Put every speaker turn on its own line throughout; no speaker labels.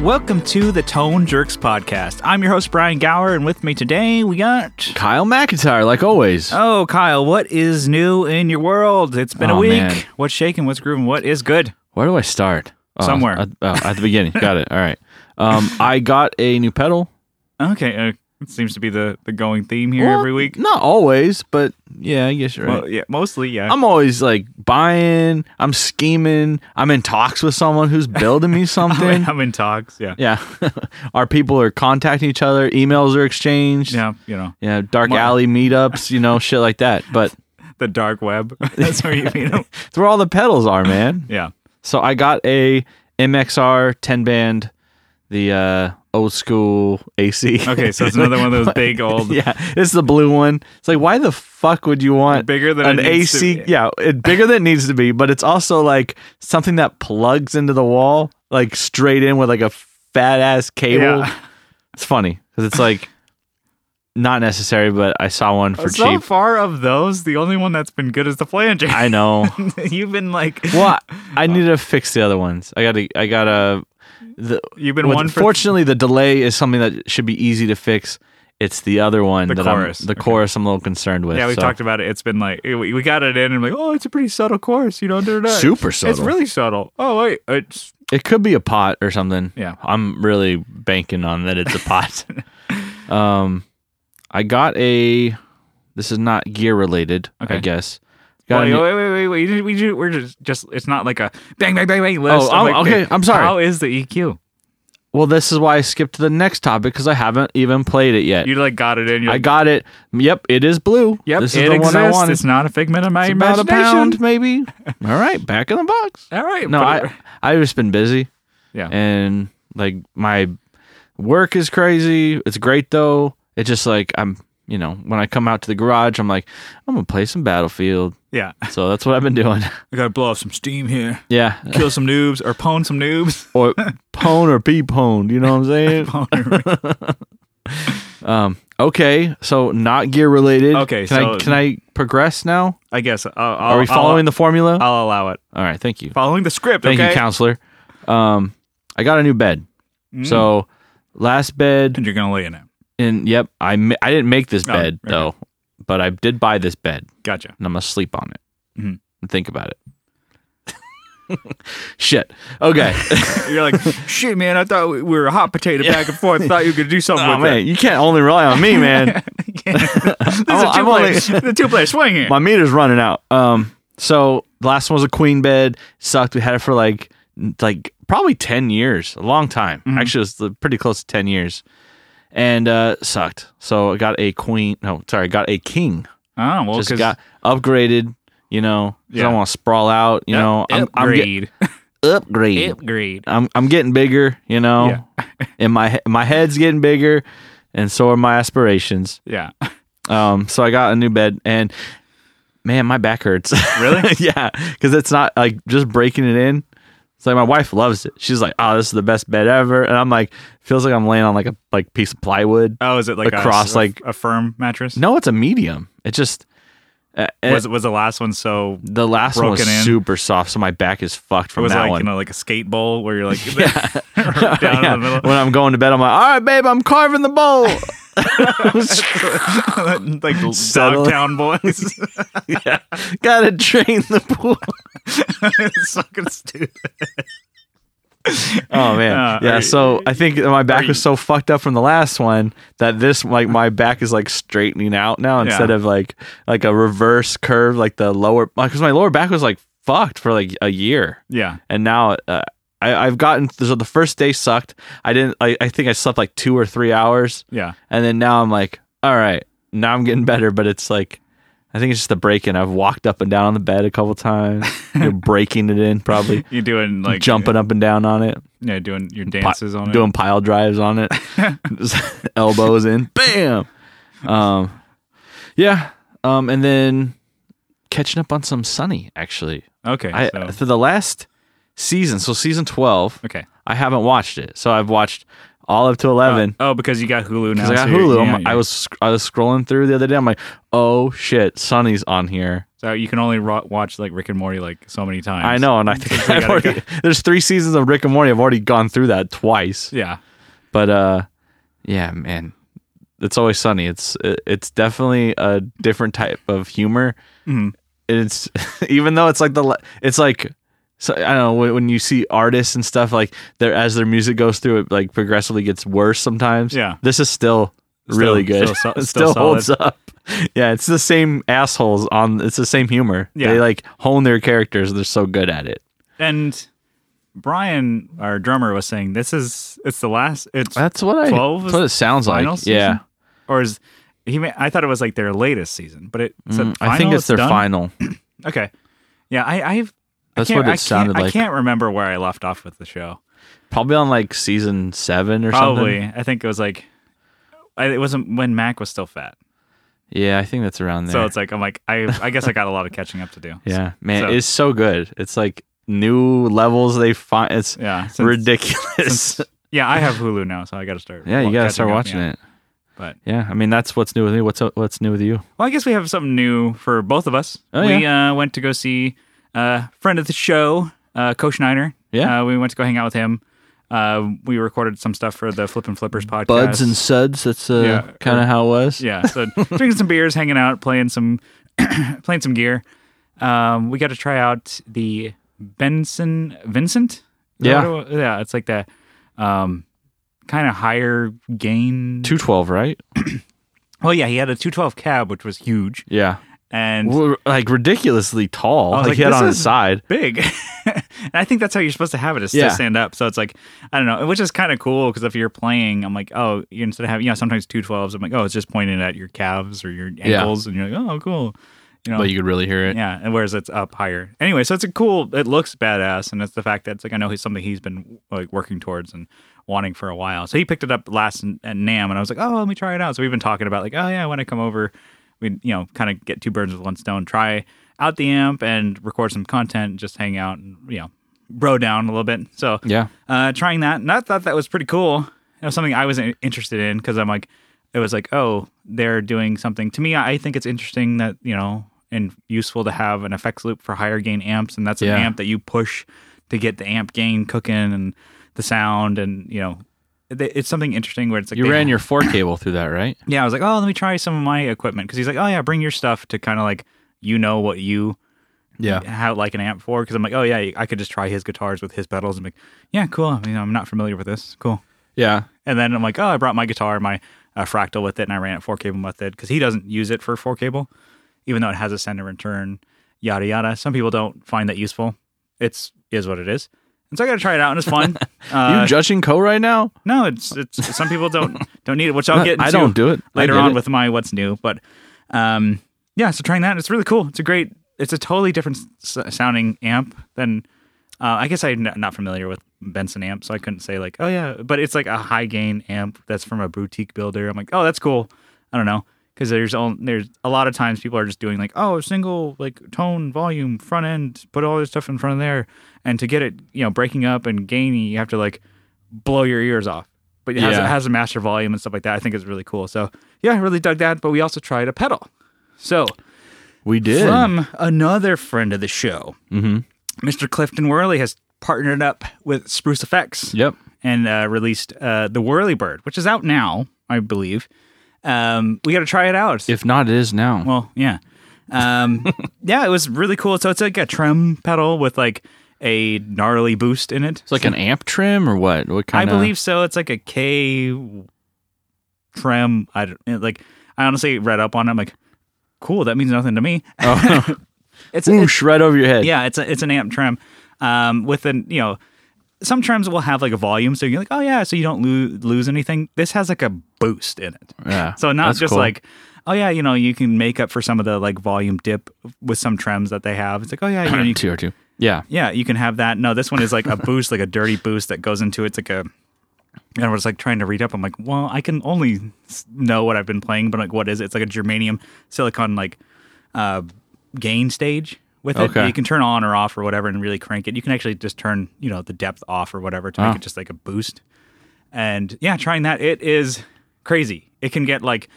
Welcome to the Tone Jerks podcast. I'm your host Brian Gower, and with me today we got
Kyle McIntyre, like always.
oh Kyle. What is new in your world? It's been a
Oh,
week.
man.
What's shaking? What's grooving? What is good?
Where do I start? Oh,
Somewhere.
at, oh, at the beginning. got it. All right. Um, I got a new pedal.
Okay, uh, it seems to be the the going theme here
Well,
every week.
Not always, but yeah, I guess you're right.
Well, yeah, mostly yeah.
I'm always like buying. I'm scheming. I'm in talks with someone who's building me something.
I'm in talks. Oh, Yeah,
yeah, our people are contacting each other. Emails are exchanged.
yeah. You know
Yeah, dark
Mar-
alley meetups, you know, shit like that. But
the dark web. That's where you meet 'em.
it's where all the pedals are, man.
Yeah.
So I got a MXR 10 band, the uh, old school AC.
Okay, so it's another one of those big old.
yeah, it's the blue one. It's like, why the fuck would you want
Bigger than
an
it needs to
AC?
be.
Yeah, it, bigger than it needs to be, but it's also like something that plugs into the wall, like straight in with like a fat ass cable.
Yeah.
It's funny because it's like not necessary, but I saw one for
so
cheap.
far of those, the only one that's been good is the flanger.
I know.
you've been like,
Well, I need to fix the other ones. I gotta, I gotta. The,
you've been
with-
one for
fortunately, the delay is something that should be easy to fix. It's the other one,
The
that
chorus.
I'm, the
Okay.
chorus, I'm a little concerned with.
Yeah, we
so.
talked about it. It's been like we we got it in, and like, oh, it's a pretty subtle course, you know. da, da, da.
Super
It's
subtle.
really subtle. Oh wait, it's
It could be a pot or something.
Yeah.
I'm really banking on that it's a pot. um, I got a. This is not gear related, I
Okay.
guys. Got a
wait,
new-
wait, wait, wait, wait. You- We do, we're just just. It's not like a bang, bang, bang, bang list.
Oh,
of,
I'm-
like,
okay, I'm sorry.
How is the E EQ?
well, this is why I skipped to the next topic because I haven't even played it yet.
You like got it in. You're
I
like,
got it. Yep, it is blue.
Yep,
this is
it
the
exists.
one I wanted.
It's not a figment of my
It's about a
imagination.
pound, maybe. All right, back in the box.
All right.
No,
put
I
it-
I've just been busy.
Yeah.
And like my work is crazy. It's great though. It's just like I'm you know, when I come out to the garage, I'm like, I'm gonna play some Battlefield.
yeah. I
So that's what I've been doing.
gotta blow off some steam here.
yeah.
Kill some noobs or pwn some noobs.
Or pwn or be pwned, you know what I'm saying? Um okay, so not gear related.
Okay,
can
so-
I can I progress now?
I guess. I'll, I'll,
Are we following the formula?
I'll, I'll allow it.
All right, thank you.
Following the script.
Thank
okay?
you, counselor. Um I got a new bed.
Mm.
So last bed
And you're gonna lay in it.
And yep, I ma- I didn't make this
Oh,
bed
okay.
though, but I did buy this bed,
Gotcha.
and I'm gonna sleep on it.
Mhm.
And think about it. Shit. Okay.
You're like, shit, man. I thought we were a hot potato back and forth. Thought you could do something
oh
with
man, you can't only rely on me, man.
it. this is a
I'm-
two
I'm
player.
only-
the two player swing here.
My meter's running out. Um. So the last one was a queen bed. Sucked. We had it for like like probably ten years, a long time.
Mm-hmm.
Actually, it was the- pretty close to ten years, and uh sucked. So I got a queen. No, sorry, I got a king.
oh well,
just got upgraded. You know, 'cause I
Yeah.
don't want to sprawl out. You know, I'm, I'm get-
upgrade,
upgrade.
upgrade.
I'm I'm getting bigger. You know, and my he- my head's getting bigger, and so are my aspirations.
Yeah,
Um, so I got a new bed, and man, my back hurts.
Really?
yeah, because it's not like just breaking it in. It's like my wife loves it. She's like, "Oh, this is the best bed ever," and I'm like, feels like I'm laying on like a like piece of plywood.
oh, is it like a
Across,
s-
like-
a firm mattress?
No, it's a medium. It just uh, uh,
was was the last one so
The last one was
broken in.
super soft, so my back is fucked
it
from
was
that
like
one.
you know like a skate bowl where you're like down
Yeah.
in the middle.
When I'm going to bed, I'm like, all right, babe, I'm carving the bowl.
like
Settle.
Dogtown boys.
yeah. Gotta drain the pool.
it's fucking stupid.
Oh man,
Uh,
yeah.
are-
so I think that my back
are
was so fucked up from the last one that this like my back is like straightening out now instead
Yeah.
of like like a reverse curve, like the lower because my lower back was like fucked for like a year.
Yeah,
and now uh, I, I've gotten so the first day sucked. I didn't. I, I think I slept like two or three hours,
yeah.
and then now I'm like, all right, now I'm getting better. But it's like, I think it's just the breaking. I've walked up and down on the bed a couple times, you know, breaking it in probably,
You're doing like
jumping up and down on it,
Yeah, doing your
pi-
dances on it.
doing pile drives on it, Just elbows in, bam. Um, yeah. Um, and then catching up on some sunny actually.
okay,
I
so-
for the last season, so season twelve.
okay.
I haven't watched it, so I've watched all up to eleven.
Oh, because you got Hulu now.
Because I got
so you're-
Hulu.
yeah,
I'm-
you're-
I was sc- I was scrolling through the other day. I'm like, oh shit, Sonny's on here.
So you can only ro- watch like Rick and Morty like so many times.
I know, and I think
we
I've
gotta
already, there's three seasons of Rick and Morty. I've already gone through that twice.
Yeah.
But uh, yeah, man, it's always sunny. It's it- it's definitely a different type of humor.
Mhm.
It's even though it's like the le- it's like so I don't know when, when you see artists and stuff like their as their music goes through it like progressively gets worse sometimes.
Yeah.
this is still.
Still-
really good.
still so-
it
still
still holds up. Yeah, it's the same assholes on. It's the same humor.
Yeah.
They like hone their characters. They're so good at it.
And Brian, our drummer, was saying this is it's the last. It's
That's what I.
12
that's what it sounds like.
final season?
Yeah,
or is he? May, I thought it was like their latest season, but it. said
Mm, I think
final,
it's their
done?
final.
Okay. Yeah, I, I've.
That's
I can't, I
what it
can't-
sounded
I
like.
can't remember where I left off with the show.
Probably on like season seven or
Probably,
something.
I think it was like, I, it wasn't when Mac was still fat.
Yeah, I think that's around there.
So it's like I'm like I I guess I got a lot of catching up to do.
yeah, man,
so-
it's so good. It's like new levels they find. It's
Yeah. Since,
ridiculous.
since- yeah, I have Hulu now, so I got to start.
yeah, you
wa-
gotta
catching
start
up,
watching
yeah.
it.
But
Yeah, I mean that's what's new with me. What's what's new with you?
well, I guess we have something new for both of us.
Oh,
we uh, went to go see uh, friend of the show, uh, Co Schneider.
Yeah.
Uh, we went to go hang out with him. Uh, we recorded some stuff for the Flip and Flippers podcast.
Buds and suds. That's uh,
Yeah,
kind of how it was.
yeah, so drinking some beers, hanging out, playing some playing some gear. Um, we got to try out the Benson Vincent. Is that
Yeah.
what it wa- yeah, it's like the um, kind of higher gain.
two twelve, right?
Oh yeah, he had a 212 cab, which was huge
Yeah,
and
Well, like ridiculously tall.
I was
Like,
like,
he had
this
on his
is-
side.
big. and I think that's how you're supposed to have it is
Yeah.
to stand up. So it's like I don't know, which is kind of cool because if you're playing, I'm like, oh, you instead of having you know sometimes 212s, I'm like, oh, it's just pointing at your calves or your ankles, and you're like, oh, cool. You know,
you could really hear it.
Yeah, and whereas it's up higher. Anyway, so it's a cool. It looks badass, and it's the fact that it's like I know he's something he's been like working towards and wanting for a while. So he picked it up last n- at Nam, and I was like, oh, let me try it out. So we've been talking about like, oh yeah, when I come over, we you know kind of get two birds with one stone, try out the amp and record some content, just hang out and you know bro down a little bit. So
Yeah.
uh, trying that, and I thought that was pretty cool. It was something I was in- interested in because I'm like, it was like, oh, they're doing something. To me, I I think it's interesting that you know and useful to have an effects loop for higher gain amps, and that's an
Yeah.
amp that you push to get the amp gain cooking and the sound, and you know, it, it's something interesting where it's like
You
they-
ran your four cable through that, right?
yeah, I was like, oh, let me try some of my equipment because he's like, oh yeah, bring your stuff to kind of like you know what you
Yeah.
how like an amp for because I'm like, oh yeah, I could just try his guitars with his pedals and be like, yeah, cool. I mean, I'm not familiar with this. Cool.
Yeah.
And then I'm like, oh, I brought my guitar, my uh, fractal with it, and I ran it four cable method because he doesn't use it for four cable, even though it has a send and return, yada yada. Some people don't find that useful. It's is what it is. And so I got to try it out, and it's fun. Uh,
you judging Co right now?
no, it's it's some people don't don't need it, which I'll get. Into
I don't do it. I
later
did
on
it.
with my what's new. But um, yeah, so trying that, it's really cool. It's a great, it's a totally different s- sounding amp than. Uh, I guess I'm n- not familiar with Benson amp, so I couldn't say like, oh yeah, but it's like a high gain amp that's from a boutique builder. I'm like, oh, that's cool. I don't know because there's all, there's a lot of times people are just doing like, oh, single like tone, volume, front end, put all this stuff in front of there, and to get it, you know, breaking up and gainy, you have to like blow your ears off. But it has,
Yeah.
it has a master volume and stuff like that. I think it's really cool. So yeah, I really dug that. But we also tried a pedal. So
We did.
from another friend of the show,
Mm-hmm.
Mr. Clifton Worley has partnered up with Spruce Effects
yep.
and uh, released uh, the Whirly Bird, which is out now, I believe. Um, we got to try it out.
If not, it is now.
Well, yeah. Um, yeah, it was really cool. So it's like a trem pedal with like a gnarly boost in it.
it's like an amp trim or what? What
I
kind?
believe so. It's like a K trem. I don't, like. I honestly read up on it. I'm like, cool. That means nothing to me.
Oh.
it's, it's
Whoosh, right over your head.
yeah. It's a, it's an amp trem. Um, with an you know, some trims will have like a volume, so you're like, oh yeah, so you don't lo- lose anything. This has like a boost in it.
Yeah.
So not
That's
just
cool.
like, oh yeah, you know, you can make up for some of the like volume dip with some trims that they have. It's like, oh yeah, you, know, you
two or two. Yeah.
yeah, you can have that. No, this one is like a boost, like a dirty boost that goes into it's like a. And I was like trying to read up. I'm like, well, I can only s- know what I've been playing, but like, what is it? It's like a germanium silicon like uh, gain stage with it.
Okay.
You can turn on or off or whatever, and really crank it. You can actually just turn you know the depth off or whatever to make
Ah.
it just like a boost. And yeah, trying that, it is crazy. It can get like.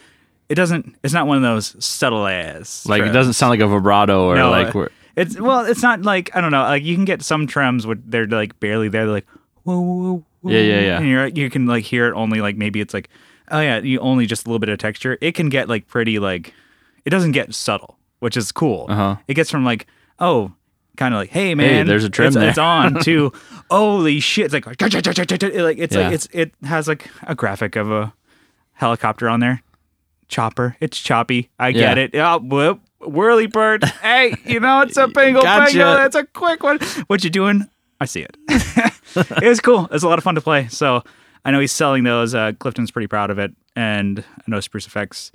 it doesn't. It's not one of those subtle as
Like it
trims.
doesn't sound like a vibrato or
No,
like
uh,
we're,
It's well, it's not like I don't know. Like you can get some trims where they're like barely there. They're like whoa, whoa, whoa, whoa.
Yeah, yeah, yeah.
And you're you can like hear it only like maybe it's like oh yeah, you only just a little bit of texture. It can get like pretty like it doesn't get subtle, which is cool.
Uh-huh.
It gets from like oh. Kind of like, hey man,
there's a trim
it's,
there."
it's on to holy shit! It's like, like it's
Yeah.
like it's it has like a graphic of a helicopter on there, chopper. It's choppy. I get
Yeah.
it. Oh, whoop, whirly bird. hey, you know it's a bingo
Gotcha.
bingo. That's a quick one. What you doing? I see it. it was cool. It was a lot of fun to play. So I know he's selling those. Uh, Clifton's pretty proud of it, and I know Spruce Effects.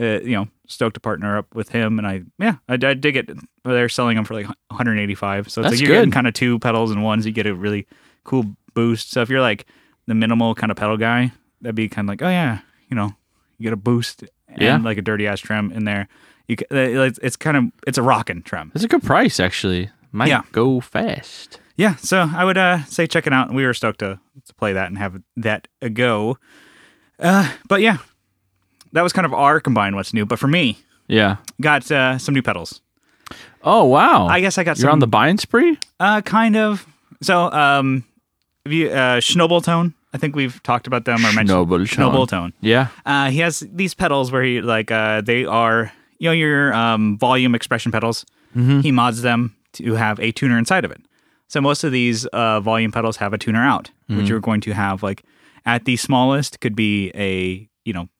Uh, you know, stoked to partner up with him, and I yeah, I, I dig it. They're selling them for like 185. So it's like
That's
you're getting
good.
kind of two pedals and ones. You get a really cool boost. So if you're like the minimal kind of pedal guy, that'd be kind of like oh yeah, you know, you get a boost and
Yeah.
like a dirty ass trim in there. You ca- it's it's kind of it's a rockin' trim.
that's a good price actually. Might
Yeah.
go fast.
yeah so i would uh say check it out we were stoked to, to play that and have that a go uh but yeah that was kind of our combined what's new but for me
Yeah.
got uh some new pedals
Oh wow.
i guess i got
you're
some
on the buying spree.
uh kind of so um have you uh schnobel tone i think we've talked about them or mentioned
Schnobel
schnobel
Tone.
tone
Yeah.
uh he has these pedals where he like uh they are you know your um volume expression pedals
Mm-hmm.
he mods them to have a tuner inside of it so most of these uh volume pedals have a tuner out
Mm-hmm.
which you're going to have like at the smallest could be a you know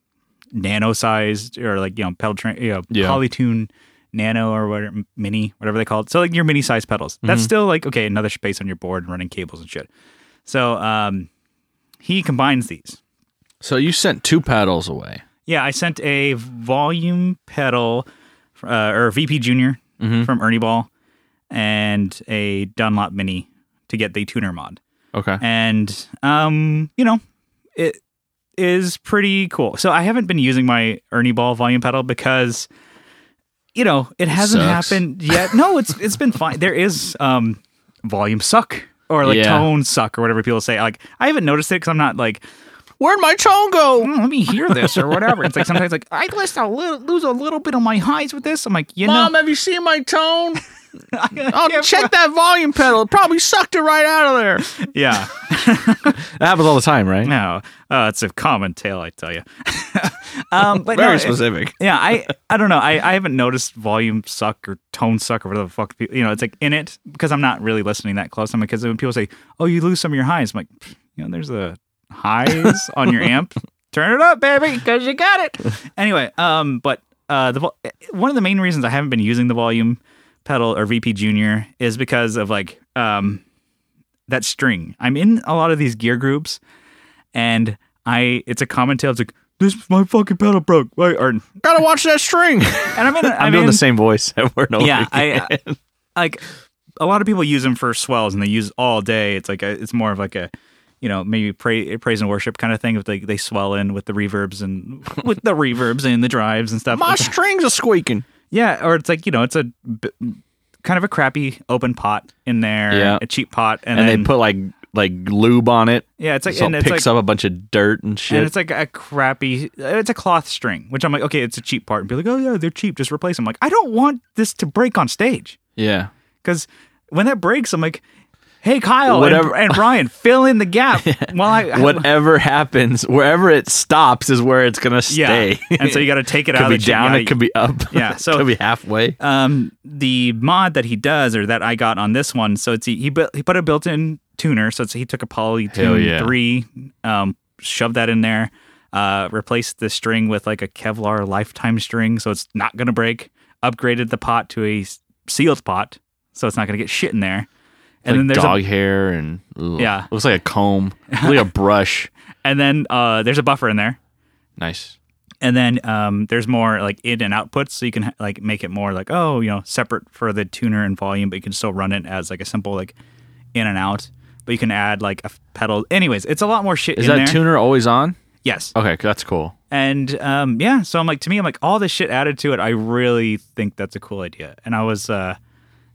nano sized or like you know pedal train you know
Yeah.
polytune nano or whatever mini whatever they call it so like your mini size pedals
Mm-hmm.
that's still like okay another space on your board and running cables and shit so um he combines these
So you sent two paddles away.
yeah, I sent a volume pedal uh, or VP Junior
Mm-hmm.
from Ernie Ball and a Dunlop Mini to get the tuner mod.
Okay.
And um, you know, it is pretty cool. So I haven't been using my Ernie Ball volume pedal because you know, it hasn't
Sucks.
happened yet. No, it's it's been fine. There is um volume suck or like
Yeah.
tone suck or whatever people say. Like I haven't noticed it cuz I'm not like
Where'd my tone go?
"Mm, let me hear this or whatever. It's like sometimes like I lose a little, lose a little bit of my highs with this. I'm like, you know,
have you seen my tone? Oh,
I can't-
that volume pedal. It probably sucked it right out of there.
Yeah,
That happens all the time, right?
no, uh, it's a common tale, I tell you. um, but no,
Very
it-
specific.
yeah, I, I don't know. I, I haven't noticed volume suck or tone suck or whatever the fuck. People, you know, it's like in it because I'm not really listening that close. I'm like, because when people say, "Oh, you lose some of your highs," I'm like, "Pfft, you know, there's a highs on your amp. Turn it up, baby, because you got it. anyway, um, but uh, the vol- one of the main reasons I haven't been using the volume pedal or VP Junior is because of like um that string. I'm in a lot of these gear groups and I it's a common tale. It's like this my fucking pedal broke. Right? Or, and
Gotta watch that string.
I'm in.
I'm
I'm
doing
in-
the same voice over and over.
Yeah,
again.
I like a lot of people use them for swells and they use all day. It's like a, it's more of like a you know maybe pray, praise and worship kind of thing. If they they swell in with the reverbs and with the reverbs and the drives and stuff.
strings are squeaking.
Yeah, or it's like you know it's a b- kind of a crappy open pot in there,
Yeah.
a cheap pot, and,
And
then
they put like like lube on it.
yeah, it's like
So
and
it
it's
picks
like
up a bunch of dirt and shit.
and it's like a crappy it's a cloth string which i'm like okay it's a cheap part and be like oh yeah they're cheap just replace them like i don't want this to break on stage
yeah.
because when that breaks i'm like hey kyle
Whatever-
and, and brian fill in the gap while i
Whatever happens, wherever it stops is where it's gonna
yeah
stay.
and so you got to take it
could
out
be
of the chain.
down,
Yeah,
it could be up.
Yeah, so-
it could be halfway.
um, the mod that he does or that I got on this one. So it's he he, bu- he put a built-in tuner. So it's, he took a
Hell
Polytune
yeah.
three, um, shoved that in there, uh, replaced the string with like a Kevlar lifetime string, so it's not gonna break. Upgraded the pot to a s- sealed pot, so it's not gonna get shit in there. And then
like
there's
dog
a,
hair and ugh.
Yeah.
looks like a comb, looks like a brush.
and then uh, there's a buffer in there.
Nice.
and then um, there's more like in and outputs, so you can ha- like make it more like oh you know separate for the tuner and volume, but you can still run it as like a simple like in and out. But you can add like a f- pedal. Anyways, it's a lot more shit.
Is
in
that
there.
tuner always on?
Yes,
Okay, that's cool.
and um, yeah. So I'm like to me, I'm like all this shit added to it. I really think that's a cool idea. And I was, uh,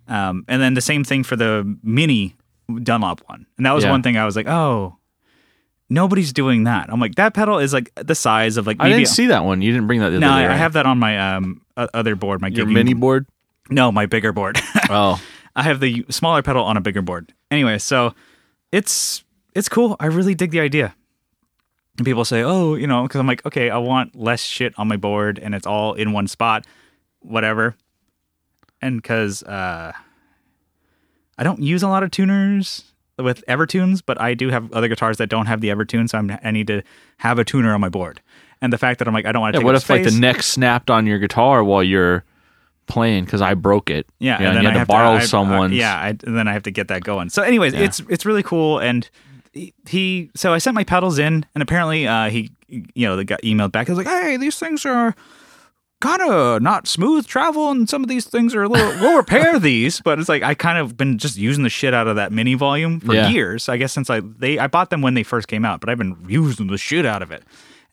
um, and then the same thing for the mini Dunlop one, and that was
Yeah.
one thing I was like, oh, nobody's doing that. I'm like, that pedal is like the size of like
I
maybe.
didn't see that one. You didn't bring that the
no,
other day.
I, I
right?
have that on my um o- other board, my
your
gigging-
mini board.
No, my bigger board.
Oh,
I have the smaller pedal on a bigger board. Anyway, so it's it's cool. I really dig the idea. And people say, "Oh, you know," because I'm like, "Okay, I want less shit on my board, and it's all in one spot, whatever." And because uh, I don't use a lot of tuners with Evertunes, but I do have other guitars that don't have the Evertune, so I'm, I need to have a tuner on my board. And the fact that I'm like, I don't want to
yeah.
take
What
up
if like the
space-
neck snapped on your guitar while you're playing because I broke it?
Yeah,
you know, and, you had
I
to
have
borrow
I- I-
someone's.
yeah, I, and then I have to get that going. So, anyways, it's it's really cool. And he- he, so I sent my pedals in, and apparently uh, he, you know, the guy emailed back. He was like, "Hey, these things are kind of not smooth travel, and some of these things are a little. we'll repair these, but it's like I kind of been just using the shit out of that mini volume for
Yeah.
years. I guess since I they I bought them when they first came out, but I've been using the shit out of it.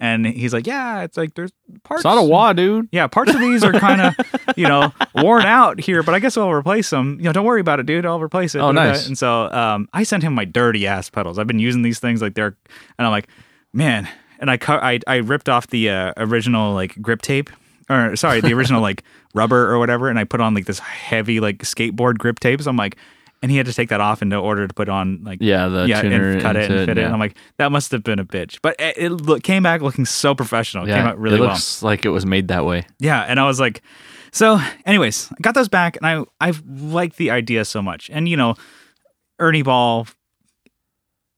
And he's like, "Yeah, it's like there's parts."
it's not a wah, dude.
Yeah, parts of these are kind of, you know, worn out here, but I guess I'll replace them. You know, don't worry about it, dude. I'll replace it.
Oh, nice.
And so um, I sent him my dirty ass pedals. I've been using these things like they're, and I'm like, man. And I cut, I, I ripped off the uh, original like grip tape, or sorry, the original like rubber or whatever, and I put on like this heavy like skateboard grip tape. So I'm like, and he had to take that off in order to put on like
Yeah, the
yeah,
tuner
and cut it
into
and
it,
fit it.
yeah.
And I'm like, that must have been a bitch, but eh, it, it look, came back looking so professional. It came out really
it
well.
looks like it was made that way.
Yeah, and I was like, so, anyways, I got those back, and I I like the idea so much, and you know, Ernie Ball,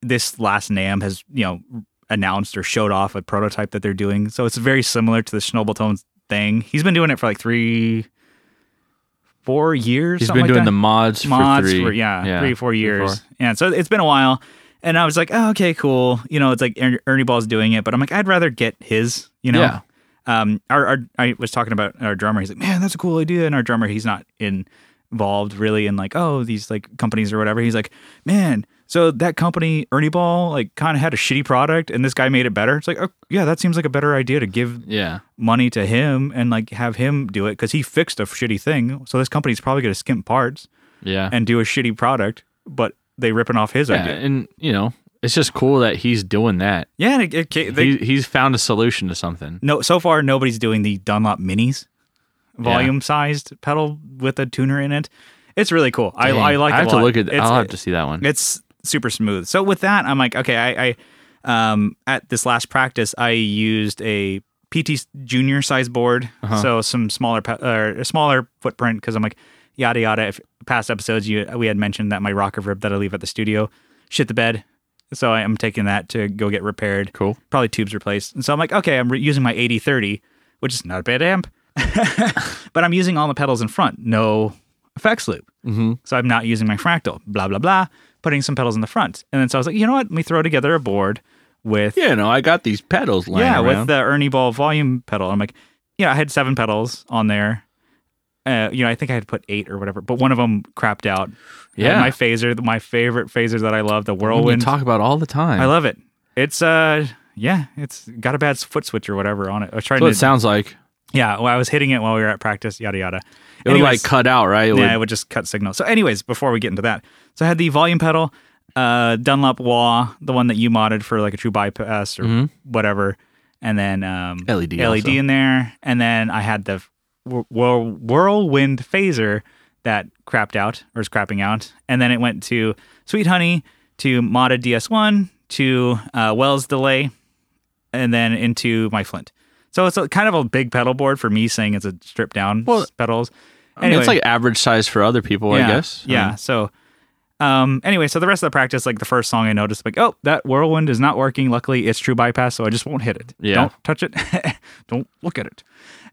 this last Nam has you know announced or showed off a prototype that they're doing, so it's very similar to the Schnobeltone thing. He's been doing it for like three, four years.
He's
something like
been
that
doing the mods,
mods
for three,
yeah, three four years.
four.
Yeah, so it's been a while, and I was like, oh, okay, cool. You know, it's like Er- Ernie Ball's doing it, but I'm like, I'd rather get his. You know,
Yeah.
um, our, our I was talking about our drummer. He's like, man, that's a cool idea, and our drummer, he's not in, involved really in like oh these like companies or whatever. He's like, man. So that company, Ernie Ball, like kind of had a shitty product, and this guy made it better. It's like, oh, yeah, that seems like a better idea to give
Yeah,
money to him and like have him do it because he fixed a shitty thing. So this company's probably going to skimp parts
yeah.
and do a shitty product, but they ripping off his
yeah,
idea.
and you know, it's just cool that he's doing that.
Yeah, and it, it, ca- they,
he, he's found a solution to something.
no, so far nobody's doing the Dunlop Minis volume sized pedal with a tuner in it. It's really cool. I,
Dang,
I like.
I
it
have
a
to
lot.
look at.
It's,
I'll have to see that one.
It's super smooth. So with that, I'm like, okay, I, I um, at this last practice, I used a PT junior size board, so some smaller pa- or a smaller footprint because I'm like, yada yada. If past episodes, you we had mentioned that my rocker rib that I leave at the studio shit the bed, so I am taking that to go get repaired.
Cool.
probably tubes replaced. And so I'm like, okay, I'm re- using my 8030, which is not a bad amp, but I'm using all the pedals in front, no effects loop.
Mm-hmm.
So I'm not using my fractal, blah, blah, blah, putting some pedals in the front. And then so I was like, you know what? Let me throw together a board with,
Yeah, no, I got these pedals laying
yeah, with
around.
the Ernie Ball volume pedal. I'm like, yeah, I had seven pedals on there. Uh, you know, I think I had put eight or whatever, but one of them crapped out.
Yeah.
And my phaser, my favorite phaser that I love, the
we
Whirlwind.
talk about all the time.
I love it. It's, uh, yeah, it's got a bad foot switch or whatever on it. I was trying
That's what
to,
it sounds like.
yeah, well, I was hitting it while we were at practice, yada, yada.
It would like
Anyways-
cut out, right? It
yeah, it
would-
would just cut signal. So, anyways, before we get into that, so I had the volume pedal, uh, Dunlop Wah, the one that you modded for like a true bypass or
Mm-hmm.
whatever, and then um,
LED E also.
in there, and then I had the whir- whir- whirlwind phaser that crapped out or is crapping out, and then it went to Sweet Honey to modded DS1 to uh, Wells delay, and then into my Flint. So it's a, kind of a big pedal board for me, saying it's a stripped down
Well,
pedals.
I mean, it's like average size for other people,
yeah,
I guess. I
Yeah.
mean,
so, um, anyway, so the rest of the practice, like the first song I noticed, like, oh, that whirlwind is not working. Luckily, it's true bypass, so I just won't hit it.
Yeah.
Don't touch it. Don't look at it.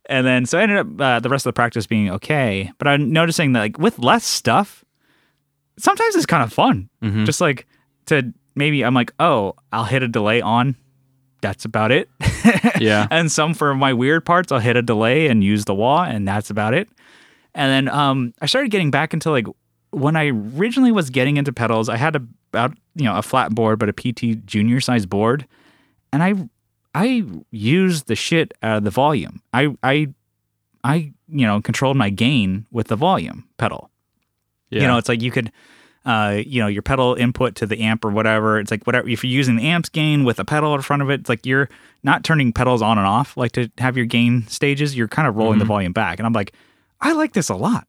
And then, so I ended up uh, the rest of the practice being okay. But I'm noticing that, like, with less stuff, sometimes it's kind of fun.
mm-hmm.
Just like to maybe I'm like, oh, I'll hit a delay on. That's about it.
yeah.
and some for my weird parts i'll hit a delay and use the wah and that's about it and then um i started getting back into like when i originally was getting into pedals i had a about you know a flat board but a pt junior size board and i i used the shit out of the volume i i i you know controlled my gain with the volume pedal
yeah.
you know, it's like you could uh, you know, your pedal input to the amp or whatever. It's like whatever if you're using the amp's gain with a pedal in front of it, it's like you're not turning pedals on and off like to have your gain stages. You're kind of rolling
Mm-hmm.
the volume back, and I'm like, I like this a lot.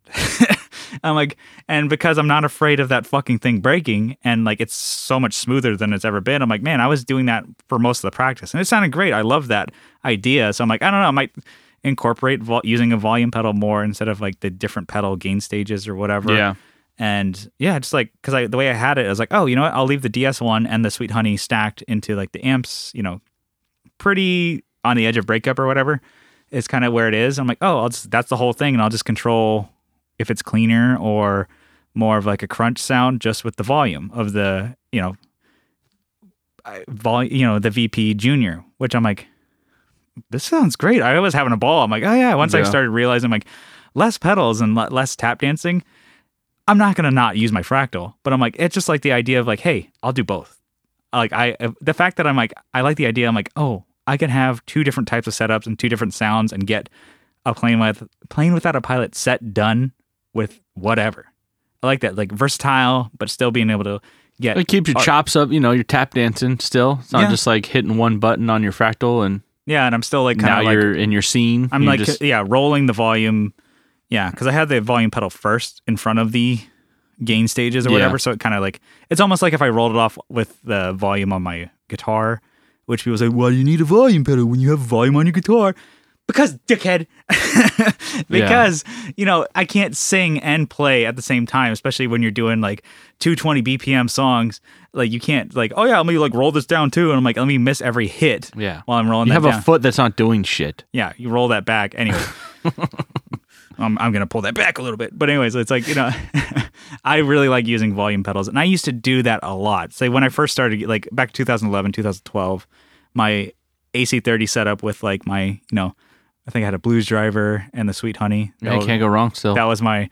I'm like, and because I'm not afraid of that fucking thing breaking, and like it's so much smoother than it's ever been. I'm like, man, I was doing that for most of the practice, and it sounded great. I love that idea. So I'm like, I don't know, I might incorporate vol- using a volume pedal more instead of like the different pedal gain stages or whatever.
Yeah.
And yeah, just like because I the way I had it, I was like, oh, you know what? I'll leave the DS one and the Sweet Honey stacked into like the amps, you know, pretty on the edge of breakup or whatever is kind of where it is. I'm like, oh, I'll just, that's the whole thing, and I'll just control if it's cleaner or more of like a crunch sound just with the volume of the you know volume you know the VP Junior, which I'm like, this sounds great. I was having a ball. I'm like, oh yeah. Once I
Yeah.
started realizing like less pedals and le- less tap dancing, I'm not gonna not use my fractal. But I'm like, it's just like the idea of like, hey, I'll do both like I uh, the fact that I'm like I like the idea. I'm like, oh, I can have two different types of setups and two different sounds and get a plane with plane without a pilot set done with whatever. I like that, like versatile, but still being able to get
It keeps your chops up. You know, you're tap dancing still. It's not
Yeah.
just like hitting one button on your fractal and
yeah, and I'm still like kind
now
of like
you're in your scene.
I'm
You're
like uh,
just-
yeah, rolling the volume, yeah, because I had the volume pedal first in front of the gain stages or
Yeah.
whatever, so it kind of like it's almost like if I rolled it off with the volume on my guitar, which people say, well, you need a volume pedal when you have volume on your guitar. Because dickhead, because you know I can't sing and play at the same time, especially when you're doing like 220 BPM songs. Like you can't like oh yeah, let me like roll this down too, and I'm like let me miss every hit
Yeah.
while I'm rolling.
you
that
have
down.
a foot that's not doing shit.
Yeah, you roll that back anyway. I'm, I'm gonna pull that back a little bit, but anyways, it's like you know, I really like using volume pedals, and I used to do that a lot. Say when I first started, like back 2011, 2012, my AC30 setup with like my you know, I think I had a blues driver and the Sweet Honey.
Yeah, you can't go wrong still.
that was my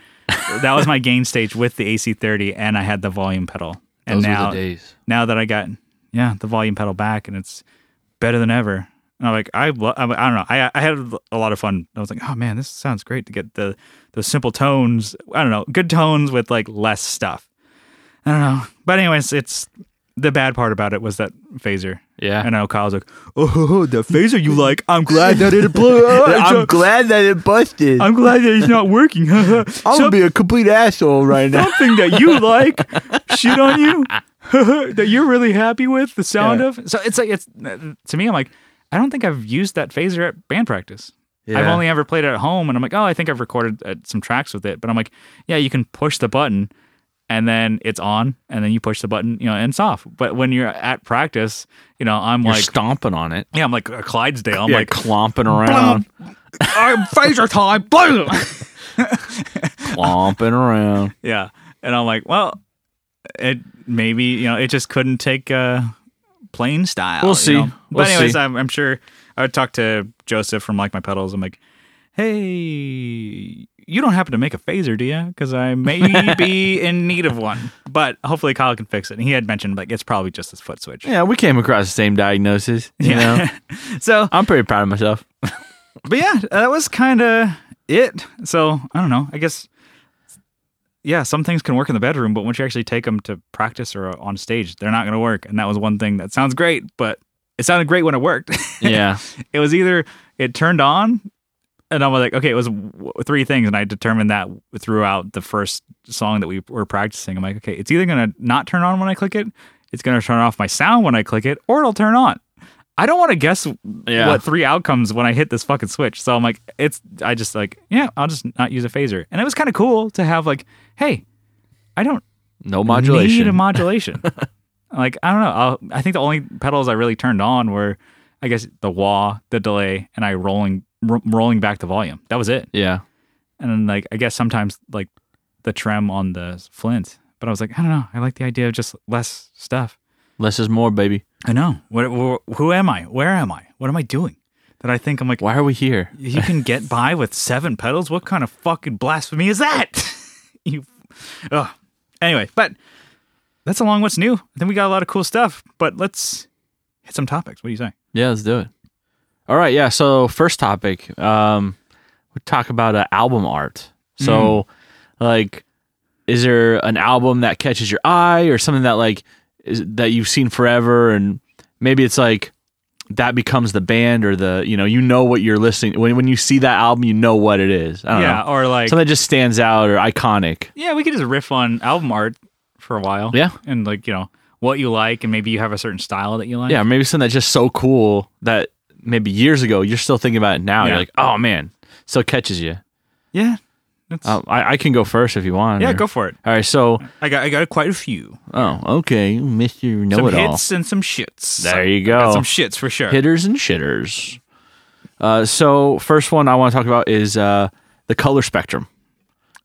that was my gain stage with the AC30, and I had the volume pedal. And
Those
now
were the days.
now that I got yeah the volume pedal back and it's better than ever. And I'm like I lo- I'm, I don't know I I had a lot of fun. I was like oh man this sounds great to get the those simple tones I don't know good tones with like less stuff. I don't know. But anyways, it's the bad part about it was that phaser.
Yeah.
And I know Kyle's like, oh, the phaser you like. I'm glad that it blew. I'm,
glad that it busted.
I'm glad that it's not working.
gonna
Some-
a complete asshole right now.
something that you like shit on you that you're really happy with the sound
Yeah.
of so it's like it's to me i'm like i don't think i've used that phaser at band practice i've
Yeah.
only ever played it at home and i'm like oh i think i've recorded uh, some tracks with it but i'm like yeah you can push the button and then it's on and then you push the button you know and it's off but when you're at practice you know i'm
You're
like
stomping on it.
yeah i'm like a clydesdale i'm
yeah,
like
clomping around,
i'm phaser time boom
clomping around.
Yeah. And I'm like, well, it maybe, you know, it just couldn't take uh plain style.
We'll
you
see.
know?
We'll
But anyways,
see.
I'm, I'm sure I would talk to Joseph from Like My Pedals. I'm like, hey, you don't happen to make a phaser, do you? Because I may be in need of one. But hopefully Kyle can fix it. And he had mentioned like it's probably just his foot switch.
Yeah, we came across the same diagnosis. You know,
so
I'm pretty proud of myself.
but yeah, that was kind of it. So I don't know. I guess yeah, some things can work in the bedroom, but once you actually take them to practice or uh, on stage, they're not going to work. And that was one thing that sounds great, but it sounded great when it worked.
Yeah,
it was either it turned on, and I was like, okay, it was w- three things, and I determined that throughout the first song that we were practicing. I'm like, okay, it's either going to not turn on when I click it, it's going to turn off my sound when I click it, or it'll turn on. I don't want to guess
Yeah.
what three outcomes when I hit this fucking switch. So I'm like, it's I just like, yeah, I'll just not use a phaser. And it was kind of cool to have like, hey, I don't
no modulation.
need a modulation. like I don't know. I'll, I think the only pedals I really turned on were, I guess, the wah, the delay, and I rolling ro- rolling back the volume. That was it.
yeah,
And then like I guess sometimes like the trem on the flint. But I was like, I don't know. I like the idea of just less stuff.
less is more, baby.
I know. What, wh- who am I? Where am I? What am I doing? That I think I'm like,
Why are we here?
you can get by with seven pedals. What kind of fucking blasphemy is that? you, ugh. Anyway, but that's along what's new. I think we got a lot of cool stuff. But let's hit some topics. What do you say?
Yeah, let's do it. All right, yeah. So first
Hmm.
topic, um, we talk about uh, album art. So, like, is there an album that catches your eye or something that like is, that you've seen forever and maybe it's like that becomes the band or the you know you know what you're listening when when you see that album you know what it is. I don't
yeah,
know.
or like
something that just stands out or iconic.
yeah, we could just riff on album art for a while.
Yeah.
and like you know what you like, and maybe you have a certain style that you like.
Yeah, or maybe something that's just so cool that maybe years ago you're still thinking about it now.
Yeah.
You're like, oh man, still catches you.
yeah, that's,
Uh, I, I can go first if you want.
Oh. yeah.
or-
Go for it.
All right, so
I got I got quite a few.
oh okay, Mister Know
Some
It All.
hits and some shits.
There you
I got
go.
some shits for sure.
hitters and shitters. Uh, so first one I want to talk about is uh, the color spectrum.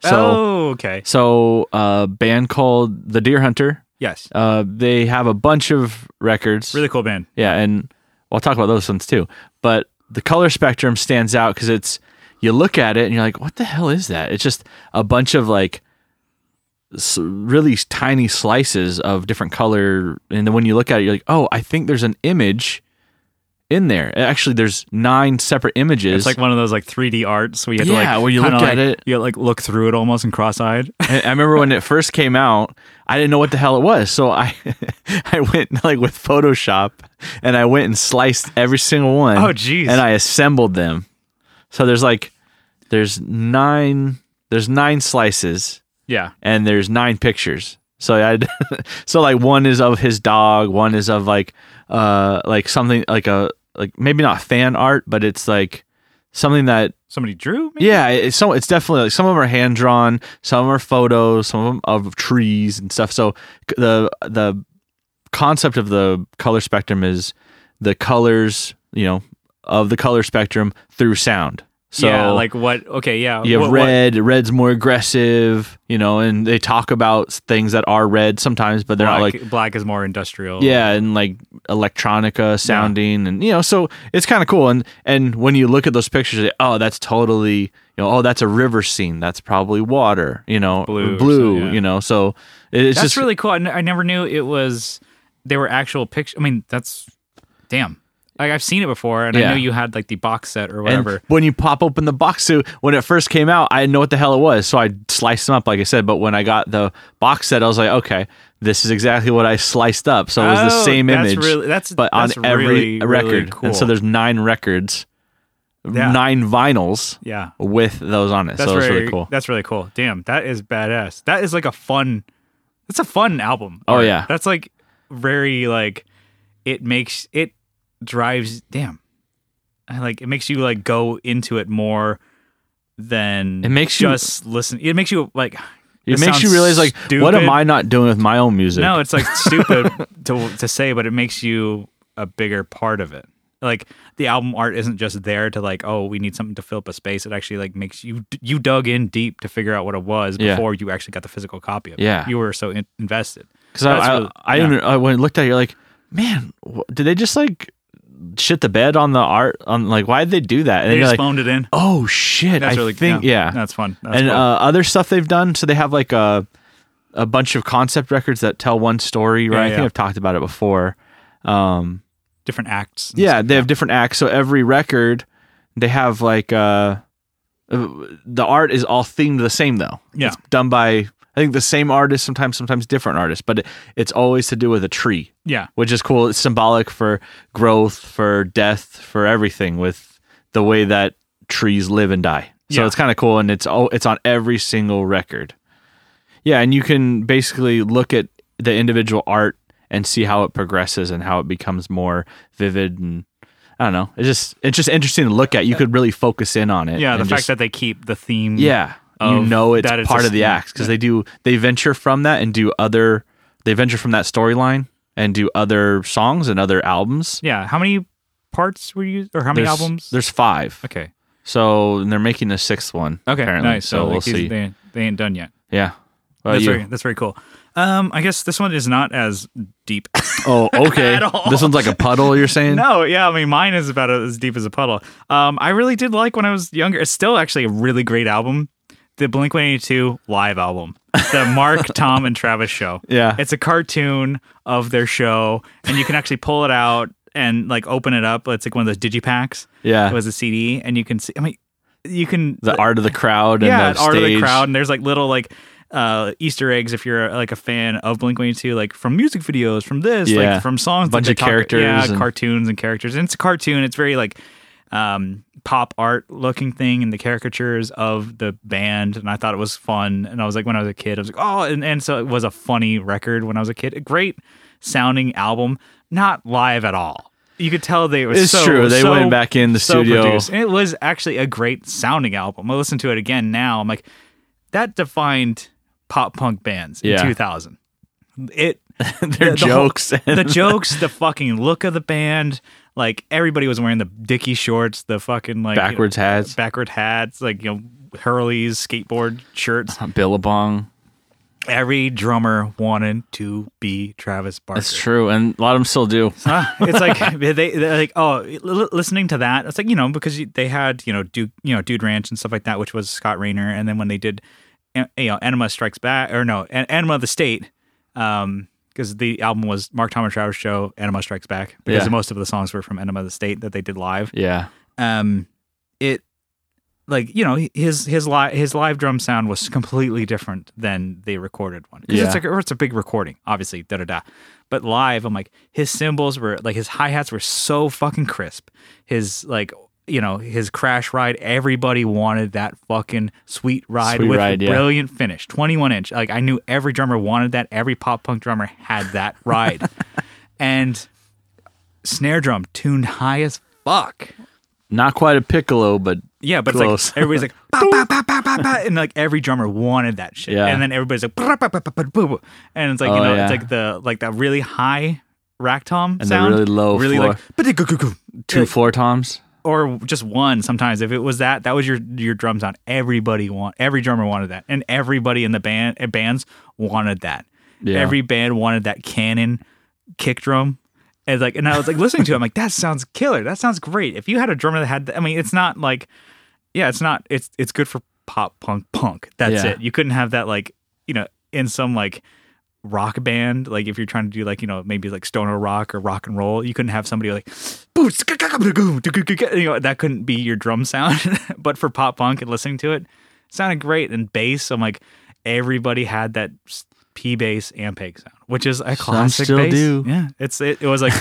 So
oh, okay.
so a band called the Deer Hunter.
Yes,
Uh, they have a bunch of records.
really cool band.
Yeah, and I'll talk about those ones too. But the color spectrum stands out because it's you look at it and you're like, what the hell is that? It's just a bunch of like s- really tiny slices of different color, and then when you look at it, you're like, oh, I think there's an image in there. Actually, there's nine separate images.
It's like one of those like 3D arts where you had to
Yeah,
like
where you
kinda,
look at
like,
it.
you like look through it almost and cross-eyed.
I I remember when it first came out, I didn't know what the hell it was. So I I went like with Photoshop and I went and sliced every single one.
Oh, jeez.
And I assembled them. So there's like there's nine there's nine slices
yeah,
and there's nine pictures. So I so like one is of his dog, one is of like uh like something like a like maybe not fan art, but it's like something that
somebody drew. Maybe?
yeah, it- it's so it's definitely like some of them are hand drawn, some are photos, some of them of trees and stuff. So c- the the concept of the color spectrum is the colors, you know, of the color spectrum through sound. So
yeah, like what? Okay, yeah.
you have
what- what-
red, red's more aggressive, you know, and they talk about things that are red sometimes, but they're
black,
not like
black is more industrial.
yeah, and like electronica sounding, and you know, so it's kind of cool. And and when you look at those pictures, you're like, oh, that's totally, you know, oh, that's a river scene. That's probably water, you know,
Blue or
blue,
something, yeah.
you know. So it- it's
that's
just
really cool. I, n- I never knew it was. They were actual pictures. I mean, that's damn. Like I've seen it before, and
Yeah.
I knew you had like the box set or
and
whatever.
when you pop open the box, so when it first came out, I didn't know what the hell it was, so I sliced them up, like I said. But when I got the box set, I was like, okay, this is exactly what I sliced up. So it was the
Oh,
same
that's
image,
really- that's-
but
that's
on every
really, really
record.
cool.
And so there's nine records,
Yeah.
nine vinyls.
yeah,
with those on it.
that's
so it's
very,
really cool.
That's really cool. Damn, that is badass. That is like a fun. That's a fun album.
Oh,
art.
yeah.
that's like very like it makes it drives. Damn, I like it makes you like go into it more than
It makes you-
just listen. It makes you like.
It
this
makes you
sounds
realize like what
stupid.
am I not doing with my own music?
No, it's like stupid to to say, but it makes you a bigger part of it. Like the album art isn't just there to like, oh, we need something to fill up a space. It actually like makes you you dug in deep to figure out what it was
Yeah.
before you actually got the physical copy of it.
Yeah.
you were so in- invested.
because I
That's
I,
really-
I,
yeah.
even, I when I looked at it, you're like, man, wh- did they just like shit the bed on the art on like why did they do that? And
They
then you're
just
like,
phoned it in.
oh shit,
That's
I
really
think yeah.
That's fun. That's
and
cool.
uh, other stuff they've done. So they have like a a bunch of concept records that tell one story. Right,
Yeah,
I think
yeah.
I've talked about it before. Um,
different acts. and
yeah
stuff.
they have different acts so every record they have like uh uh, the art is all themed the same though
Yeah.
it's done by i think the same artist sometimes sometimes different artists but it, it's always to do with a tree
yeah,
which is cool it's symbolic for growth for death for everything with the way that trees live and die so
Yeah.
it's kind of cool and it's all it's on every single record yeah and you can basically look at the individual art and see how it progresses and how it becomes more vivid and i don't know it's just it's just interesting to look at you could really focus in on it
yeah. The
and
fact
just-
that they keep the theme.
yeah, you
of
know it's
that it's
part
a-
of the
yeah,
act because they do they venture from that and do other they venture from that storyline and do other songs and other albums.
yeah. How many parts were you, or how many
there's,
albums?
There's five.
okay,
So and they're making a sixth one.
okay,
apparently.
nice.
So,
like,
we'll
these-
see.
They, they ain't done yet.
yeah. What about
that's
you?
very that's very cool. Um, I guess this one is not as deep.
Oh, okay.
At all.
this one's like a puddle. You're saying?
no, yeah, I mean mine is about as deep as a puddle. Um, I really did like when I was younger. It's still actually a really great album, the Blink One Eighty Two live album, the Mark, Tom, and Travis show.
Yeah.
it's a cartoon of their show, and you can actually pull it out and like open it up. It's like one of those digipacks.
Yeah.
it was a CD, and you can see. I mean, you can
The art of the crowd and
yeah,
the
art of the
stage.
crowd, and there's like little like uh, Easter eggs if you're like a fan of Blink One Eighty Two, like from music videos, from this,
Yeah.
like from songs,
Bunch
that they
of characters
yeah,
and-
cartoons and characters. And it's a cartoon. It's very like um, pop art looking thing, and the caricatures of the band. And I thought it was fun. And I was like, when I was a kid, I was like, oh, and, and so it was a funny record when I was a kid. A great sounding album, not live at all. You could tell they were.
It's
so-
true. They
so-
went back in the
so
studio.
produced. And it was actually a great sounding album. I listen to it again now. I'm like, that defined pop punk bands
Yeah.
in 2000. It
Their
the whole-
jokes.
the jokes, the fucking look of the band, like everybody was wearing the dicky shorts, the fucking like
Backwards hats.
backward hats, like you know Hurley's skateboard shirts.
Billabong.
Every drummer wanted to be Travis Barker.
That's true, and a lot of them still do.
Huh? It's like they they're like oh, li- listening to that. It's like you know because you- they had you know Duke you know Dude Ranch and stuff like that, which was Scott Rayner, and then when they did en- you know Enema Strikes Back or no En- Enema of the State, um because the album was Mark Thomas Travis Show Enema Strikes Back because
Yeah.
most of the songs were from Enema of the State that they did live
Yeah,
um it like you know his his live his live drum sound was completely different than the recorded one because
Yeah.
it's like or it's a big recording obviously da da da but live i'm like his cymbals were like his hi-hats were so fucking crisp his like you know his crash ride everybody wanted that fucking sweet ride
Sweet
with
Ride, yeah.
brilliant finish 21 inch like i knew every drummer wanted that every pop punk drummer had that ride and snare drum tuned high as fuck
not quite a piccolo, but
yeah, but
Close.
it's like everybody's like bah, bah, bah, bah, bah, bah, and like every drummer wanted that shit.
Yeah.
And then everybody's like bah, bah, bah, bah, bah, bah, bah. and it's like
Oh,
you know it's
yeah.
like the like that really high rack tom
And the
sound,
really low
really
floor.
like ba-da-goo-goo-goo.
two
Like,
floor toms.
or just one sometimes if it was that that was your your drum sound everybody want every drummer wanted that and everybody in the band uh, bands wanted that
Yeah.
every band wanted that cannon kick drum and like and i was like listening to it i'm like that sounds killer that sounds great if you had a drummer that had that, i mean it's not like yeah it's not it's it's good for pop punk punk that's
Yeah.
it you couldn't have that like you know in some like rock band, like if you're trying to do like you know maybe like stoner rock or rock and roll, you couldn't have somebody like boots you know that couldn't be your drum sound. but for pop punk and listening to it, it sounded great and bass. I'm like everybody had that P bass and peg sound, which is a classic
still
bass.
do.
Yeah, it's it, it was like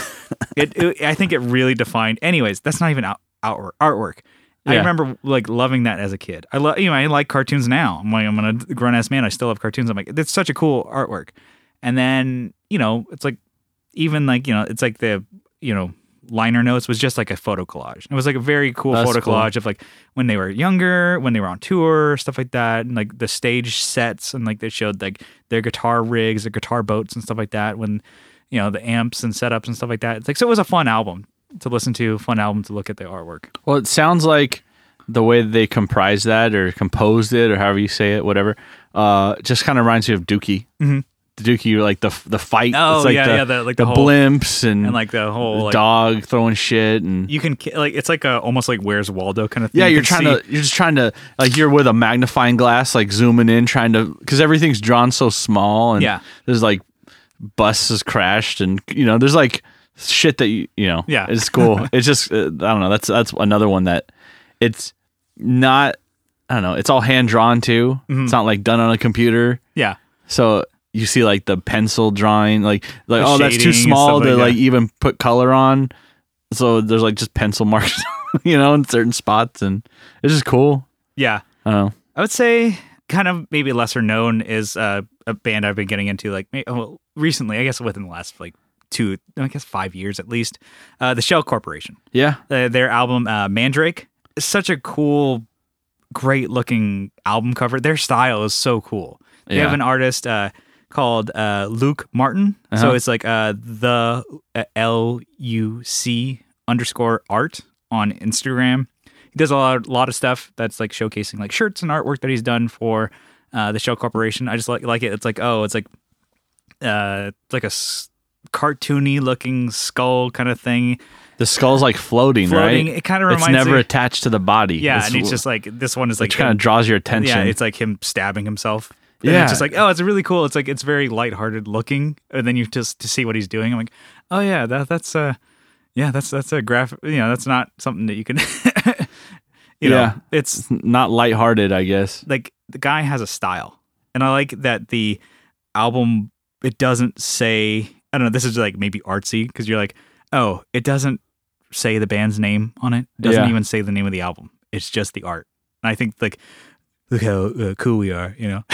it, it. I think it really defined. Anyways, that's not even out, outwor- artwork. I
Yeah.
remember like loving that as a kid. I love you know I like cartoons now. I'm like I'm a grown ass man. I still love cartoons. I'm like that's such a cool artwork. And then you know it's like even like you know it's like the you know liner notes was just like a photo collage. It was like a very cool
That's
photo
cool.
collage of like when they were younger, when they were on tour, stuff like that, and like the stage sets and like they showed like their guitar rigs, their guitar boats and stuff like that. When you know the amps and setups and stuff like that. It's like so it was a fun album to listen to, fun album to look at the artwork.
Well, it sounds like the way that they comprised that or composed it or however you say it, whatever, uh, just kind of reminds you of Dookie. Mm-hmm. The Dookie, like the the fight.
Oh,
it's like
yeah,
the,
yeah, the- like the whole-
blimps and,
And like the whole like
dog throwing shit and
you can ki- like it's like a almost like Where's Waldo kind of thing.
yeah,
You
you're
can
trying
see-
to you're just trying to like you're with a magnifying glass, like zooming in, trying to because everything's drawn so small and
Yeah.
there's like buses crashed and you know there's like shit that you you know
Yeah.
it's cool. it's just uh, I don't know that's that's another one that it's not I don't know it's all hand drawn too.
Mm-hmm.
It's not like done on a computer,
yeah.
so you see like the pencil drawing like like
The
oh that's
shading and
too small
stuff
to
like that.
like even put color on. So there's like just pencil marks, you know, in certain spots, and it's just cool.
Yeah.
I don't know.
I would say kind of maybe lesser known is uh, a band I've been getting into like may- oh, recently, I guess within the last like two, I guess five years at least, uh, the Shell Corporation.
Yeah,
Uh, their album uh, Mandrake is such a cool, great looking album cover. Their style is so cool. They
Yeah.
have an artist uh, called uh, Luke Martin. So it's like uh, the uh, L U C underscore art on Instagram. He does a lot, lot of stuff that's like showcasing like shirts and artwork that he's done for uh, the Shell Corporation. I just like like it. It's like oh, it's like uh, it's like a s- cartoony looking skull kind of thing
the skull's like floating,
floating.
right?
It kind of
It's
reminds
never
me.
attached to the body.
yeah,
it's,
and it's just like this one is like
kind
him-
of draws your attention.
yeah, it's like him stabbing himself. And
Yeah.
it's just like oh, it's really cool. It's like it's very lighthearted looking, and then you just to see what he's doing. I'm like, oh yeah, that that's uh, yeah, that's that's a graph. You know, that's not something that you can. you
Yeah.
know, it's
not lighthearted, I guess.
like the guy has a style. and I like that the album it doesn't say. I don't know. This is like maybe artsy because you're like, oh, it doesn't say the band's name on it. It doesn't
Yeah.
even say the name of the album. It's just the art. And I think like, look how uh, cool we are. You know,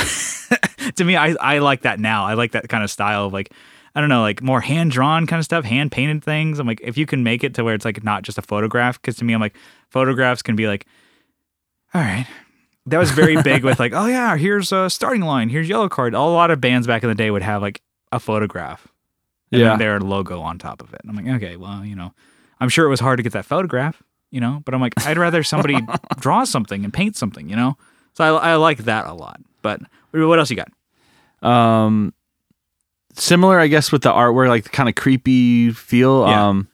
to me, I I like that now. I like that kind of style of like. I don't know, like more hand drawn kind of stuff, hand painted things. I'm like, if you can make it to where it's like not just a photograph, because to me, I'm like, photographs can be like, all right. That was very big with like, oh yeah, here's a starting line, here's yellow card. A lot of bands back in the day would have like a photograph and
Yeah.
then their logo on top of it. And I'm like, okay, well, you know, I'm sure it was hard to get that photograph, you know, but I'm like, I'd rather somebody draw something and paint something, you know? So I, I like that a lot. But what else you got?
um similar i guess with the artwork like the kind of creepy feel
Yeah.
um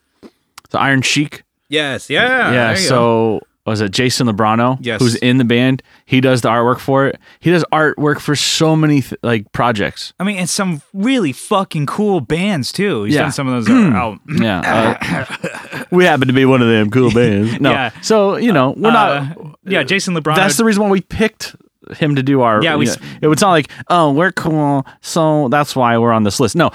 the iron chic
Yes, yeah.
yeah so was it jason lebrano
Yes.
who's in the band he does the artwork for it he does artwork for so many th- like projects
I mean, and some really fucking cool bands too. He's
Yeah.
done some of those are out.
yeah uh, we happen to be one of them cool bands no
Yeah.
so you know we're not
Uh, yeah, Jason LeBron.
that's the reason why we picked him to do our
Yeah, we
you
s-
know, it was not like oh we're cool so that's why we're on this list no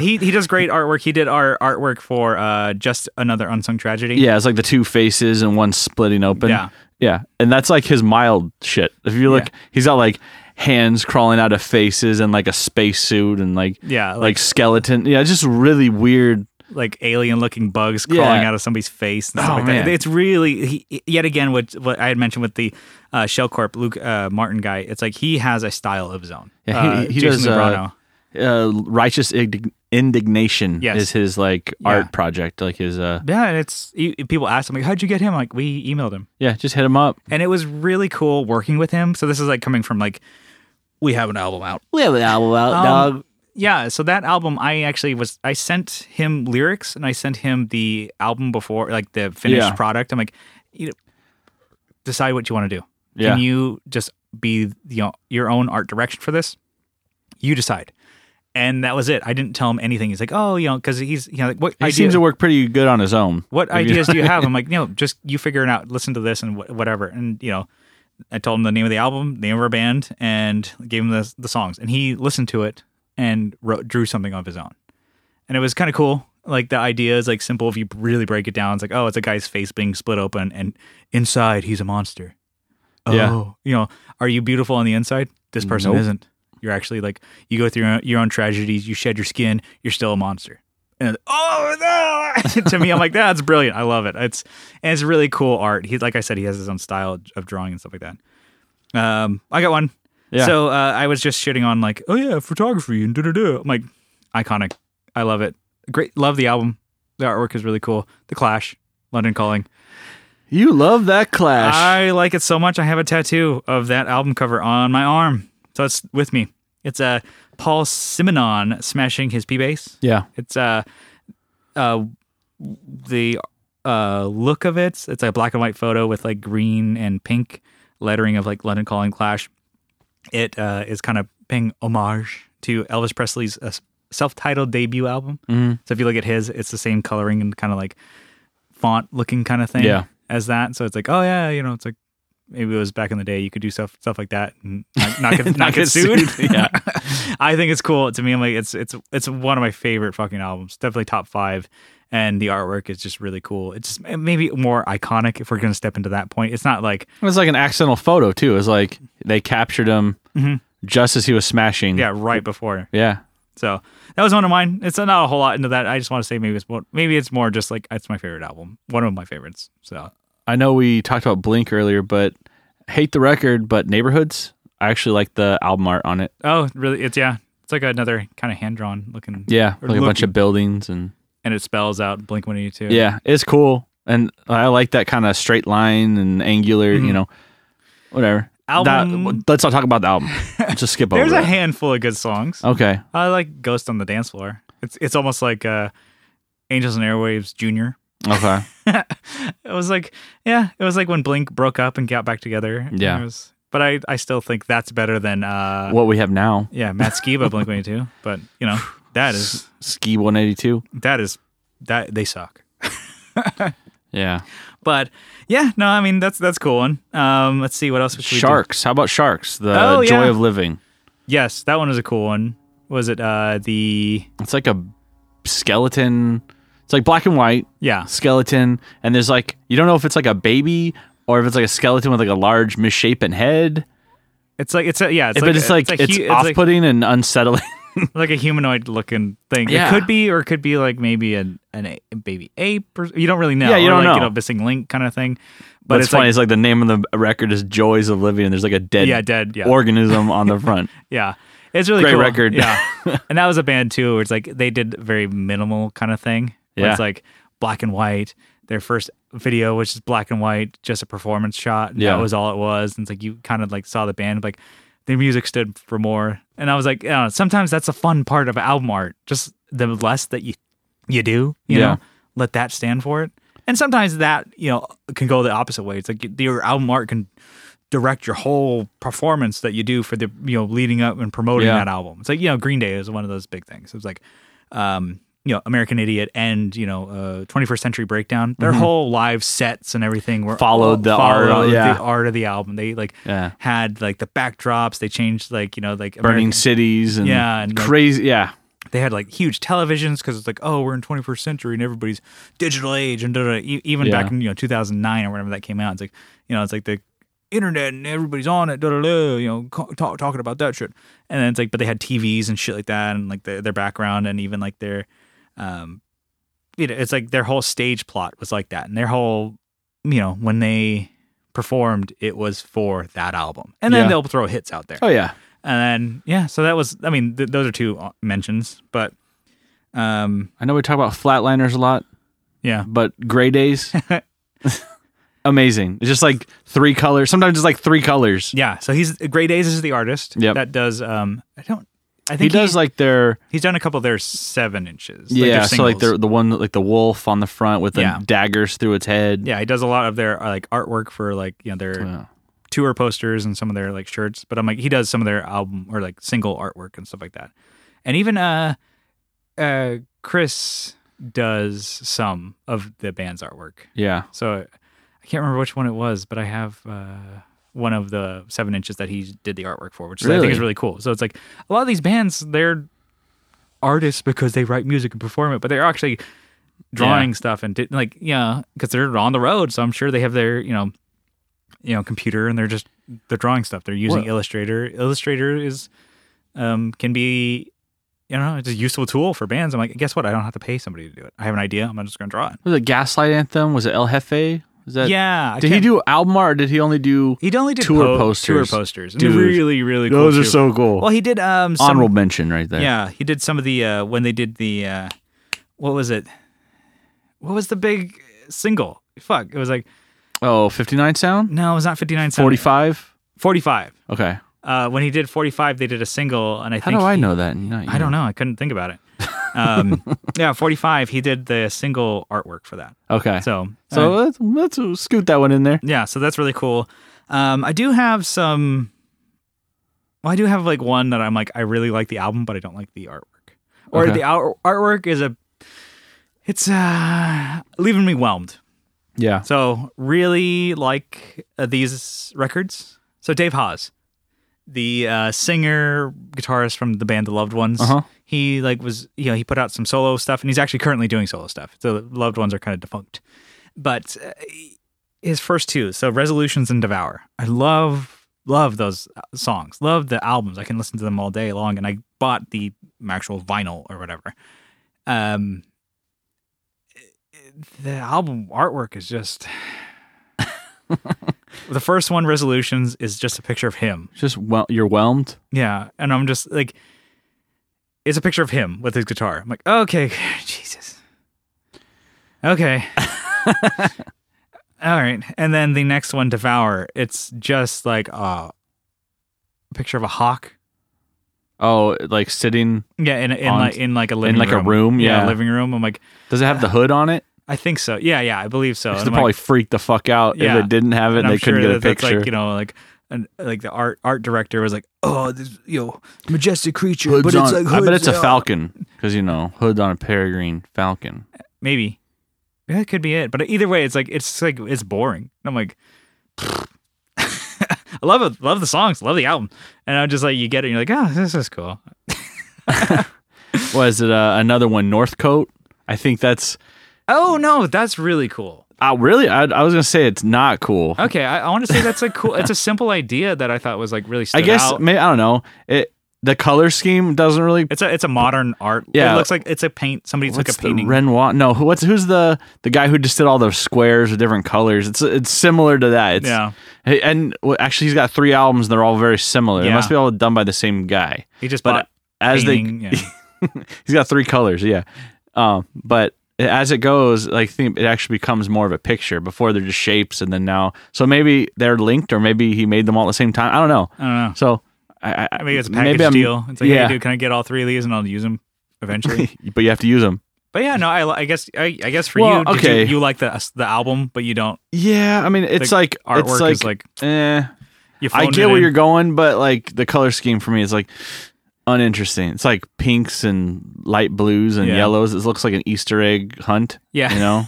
he he does great artwork. He did our artwork for uh, just another unsung tragedy.
Yeah, it's like the two faces and one splitting open.
Yeah.
Yeah. And that's like his mild shit. If you look, he's got like hands crawling out of faces and like a spacesuit and like
Yeah,
like,
like-
skeleton. Yeah, just really weird.
like alien looking bugs crawling
Yeah.
out of somebody's face. And stuff
Oh,
like
man.
That. It's really he, yet again what what I had mentioned with the uh, Shellcorp Luke uh, Martin guy. It's like he has a style of his own.
Yeah, he,
Uh,
he
Jason
does uh,
Lebrano.
uh, righteous indig- indignation
Yes.
is his like art project, like his uh
yeah, and it's you, people ask him like, "How'd you get him?" Like we emailed him.
yeah, just hit him up.
and it was really cool working with him. So this is like coming from like we have an album out.
We have an album out,
Um, yeah, so that album I actually was I sent him lyrics and I sent him the album before like the finished
Yeah.
product. I'm like you know, decide what you want to do.
Yeah.
Can you just be you know, your own art direction for this? You decide. And that was it. I didn't tell him anything. He's like, "Oh, you know, cuz he's you know like what
He
idea-
seems to work pretty good on his own.
what
If you-
ideas do you have? I'm like, no, just you figure it out. Listen to this and wh- whatever. And you know, I told him the name of the album, name of our band, and gave him the the songs. And he listened to it and wrote, drew something of his own. And it was kind of cool. Like the idea is like simple. If you really break it down, it's like, oh, it's a guy's face being split open, and inside he's a monster. Oh,
Yeah.
you know, are you beautiful on the inside? This person
Nope.
isn't. You're actually like you go through your own, your own tragedies. You shed your skin. You're still a monster. And oh no! to me, I'm like that's brilliant. I love it. It's and it's really cool art. He like I said, he has his own style of drawing and stuff like that. Um, I got one.
Yeah.
So uh, I was just shitting on like, oh yeah, photography and da da da. I'm like, iconic. I love it. Great. Love the album. The artwork is really cool. The Clash, London Calling.
You love that clash.
I like it so much. I have a tattoo of that album cover on my arm, so it's with me. It's uh, Paul Simonon smashing his P bass.
yeah.
It's uh, uh, the uh look of it. It's a black and white photo with like green and pink lettering of like London Calling Clash. It uh is kind of paying homage to Elvis Presley's uh, self-titled debut album. So if you look at his, it's the same coloring and kind of like font looking kind of thing
Yeah.
as that. So it's like, oh yeah, you know, it's like maybe it was back in the day you could do stuff stuff like that and not, not get not, get sued.
Yeah.
I think it's cool. To me, I'm like it's it's it's one of my favorite fucking albums. Definitely top five. And the artwork is just really cool. It's just maybe more iconic if we're gonna step into that point. It's not like
It was like an accidental photo too. It was like they captured him
Mm-hmm.
just as he was smashing.
yeah, right before.
Yeah.
So that was one of mine. It's not a whole lot into that. I just want to say maybe it's more, maybe it's more just like it's my favorite album, one of my favorites. So
I know we talked about Blink earlier, but hate the record, but Neighborhoods. I actually like the album art on it.
oh, really? It's yeah, it's like another kind of hand drawn looking.
Yeah,
Or
like a bunch
looking.
of buildings and
and it spells out Blink One Eighty Two.
yeah, it's cool. And I like that kind of straight line and angular. You know, whatever.
Album-
That, let's not talk about the album. Just skip over.
there's a
it.
handful of good songs.
okay.
I like Ghost on the Dance Floor. It's it's almost like uh, Angels and Airwaves Junior.
Okay.
It was like yeah, it was like when Blink broke up and got back together.
Yeah.
It was- but I I still think that's better than uh
what we have now,
yeah Matt Skiba Blink One Eighty Two. But you know that is
Ski 182.
that is that they suck.
Yeah.
But yeah, no, I mean that's that's a cool one. Um, let's see what else should we do?
Sharks. How about Sharks? The
Oh,
joy
yeah.
of living.
Yes, that one was a cool one. Was it uh the
It's like a skeleton. It's like black and white
yeah.
skeleton, and there's like you don't know if it's like a baby or if it's like a skeleton with like a large misshapen head.
It's like it's a, yeah, it's
but
like
it's
a-
like
a
it's,
hu- like-
off-putting and unsettling.
like a humanoid looking thing.
Yeah.
It could be, or it could be like maybe an an a baby ape. Or, you don't really know.
Yeah, you
Or,
don't
like, You
know.
know, missing link kind of thing. But
But it's
it's
funny.
like
it's like the name of the record is "Joys of Living," and there's like a dead,
Yeah, dead, yeah.
organism on the front.
yeah, it's really
Great
cool.
record.
Yeah, and that was a band too. Where it's like they did very minimal kind of thing. where
Yeah.
it's like black and white. Their first video, which is black and white, just a performance shot. and
Yeah.
that was all it was. And it's like you kind of like saw the band like. The music stood for more, and I was like, I don't know, sometimes that's a fun part of album art. Just the less that you you do, you
Yeah.
know, let that stand for it. And sometimes that, you know, can go the opposite way. It's like your album art can direct your whole performance that you do for the, you know, leading up and promoting
Yeah.
that album. It's like, you know, Green Day is one of those big things. It was like, um, you know, American Idiot and, you know, uh, 21st Century Breakdown, their whole live sets and everything were
Mm-hmm. Followed the art,
followed
yeah.
the art of the album. They like
Yeah.
had like the backdrops. They changed like, you know, like
Burning
American-
cities and
Yeah, and, like-
crazy. yeah,
they had like huge televisions because it's like oh we're in 21st century and everybody's digital age and da, da, da. E- even
Yeah.
back in you know 2009 or whenever that came out it's like you know it's like the internet and everybody's on it da, da, da, you know co- talk, talking about that shit and then it's like but they had TVs and shit like that and like the, their background and even like their um you know it's like their whole stage plot was like that and their whole you know when they performed it was for that album and then
Yeah.
they'll throw hits out there
oh yeah,
and then yeah, so that was I mean th- those are two uh, mentions, but um
I know we talk about flatliners a lot,
yeah.
but gray days, amazing. It's just like three colors. Sometimes it's like three colors.
Yeah, so he's Gray Days is the artist
Yep.
that does um I don't I think
He does like their
he's done a couple of their 7 inches. like their
yeah, so like
singles.
the the one like the wolf on the front with the
Yeah.
daggers through its head.
Yeah, he does a lot of their uh, like artwork for like, you know, their
Yeah.
tour posters and some of their like shirts, but I'm like he does some of their album or like single artwork and stuff like that. And even uh uh Chris does some of the band's artwork.
yeah.
So I can't remember which one it was, but I have uh, one of the seven inches that he did the artwork for, which I
Really?
think is really cool. So it's like a lot of these bands, they're artists because they write music and perform it, but they're actually drawing stuff and did, like yeah, because they're on the road. So I'm sure they have their you know you know computer and they're just they're drawing stuff. They're using
Well-
Illustrator. Illustrator is um, can be you know it's a useful tool for bands. I'm like, guess what? I don't have to pay somebody to do it. I have an idea. I'm just going to draw it.
Was it Gaslight Anthem? Was it El Jefe? Was that
yeah. I
Did he
can't-
do album art or did he only do
He only did
Tour
po-
posters.
Tour posters. And
Dude.
they're really, really cool. too.
cool.
Well, he did um some,
Honorable mention right there.
Yeah, he did some of the uh when they did the uh what was it? What was the big single? Fuck, it was like
Oh, 59 sound?
no, it was not 59 Sound.
45?
45.
Okay.
Uh when he did 45, they did a single and I
How
think
do I
he-
know that? and not
I
you?
don't know. I couldn't think about it. Um yeah, 45, he did the single artwork for that.
Okay. So,
So uh,
so let's, let's scoot that one in there.
yeah, so that's really cool. Um, I do have some. Well, I do have like one that I'm like I really like the album, but I don't like the artwork. Or
Okay.
the out- artwork is a, it's uh leaving me whelmed.
Yeah.
So really like uh, these records. So Dave Haas, the uh, singer guitarist from the band The Loved Ones,
Uh-huh.
he like was you know he put out some solo stuff, and he's actually currently doing solo stuff. So The Loved Ones are kind of defunct, but uh, his first two, so Resolutions and Devour, I love love those uh, songs, love the albums. I can listen to them all day long, and I bought the actual vinyl or whatever. Um, the album artwork is just the first one resolutions is just a picture of him
Just well, you're whelmed.
yeah and i'm just like it's a picture of him with his guitar i'm like okay jesus okay all right and then the next one devour it's just like uh, a picture of a hawk
Oh, like sitting.
yeah in, in
On-
like in like a living
like a
room.
room, yeah.
living room i'm like
Does it have the hood on it?
i think so yeah yeah i believe so
'Cause
And
they
I'm like-
probably freaked the fuck out
Yeah.
if it didn't have it and,
And
they
I'm
couldn't
sure
get a
that that's
picture.
Like you know, like and like the art art director was like, "Oh, this you know,
Majestic creature, Hoods but it's on. like
I bet
hoods
it's a
up.
falcon because, you know, hood on a peregrine falcon.
maybe yeah, that could be it." But either way, it's like it's like it's boring. And I'm like, I I love it. Love the songs. Love the album. And I'm just like, you get it. And you're like, oh, this is cool.
Was it uh, another one? Northcote. I think that's
Oh no, that's really cool.
uh, really. I, I was gonna say it's not cool.
Okay, I, I want to say that's a cool. it's a simple idea that I thought was like really. Stood
I guess
out.
may I don't know. It the color scheme doesn't really.
it's a it's a modern art.
Yeah.
it looks like it's a paint. Somebody took a
What's the
painting.
Renoir? No, who, what's who's the the guy who just did all the squares with different colors? It's it's similar to that. It's,
Yeah.
Hey, and well, actually, he's got three albums. and They're all very similar. They
Yeah.
must be all done by the same guy.
he just
but
bought
as they-
painting, yeah.
He's got three colors. Yeah. Um, but as it goes, like think it actually becomes more of a picture. Before they're just shapes, and then now, so maybe they're linked, or maybe he made them all at the same time. I don't know.
I don't know.
So I, I
Maybe Uh, it's a
maybe
package
I'm-
deal. It's like,
yeah.
hey, dude, can I get all three of these and I'll use them eventually?
but you have to use them.
but yeah, no, I, I guess I, I guess for
Well,
you, did
okay.
you, you like the the album, but you don't.
Yeah, I mean, it's
The
like
artwork
it's like,
is like
eh.
You
I
phoned
get
it
where
in.
you're going, but like the color scheme for me is like uninteresting. It's like pinks and light blues and
Yeah.
yellows. It looks like an Easter egg hunt.
Yeah.
you know,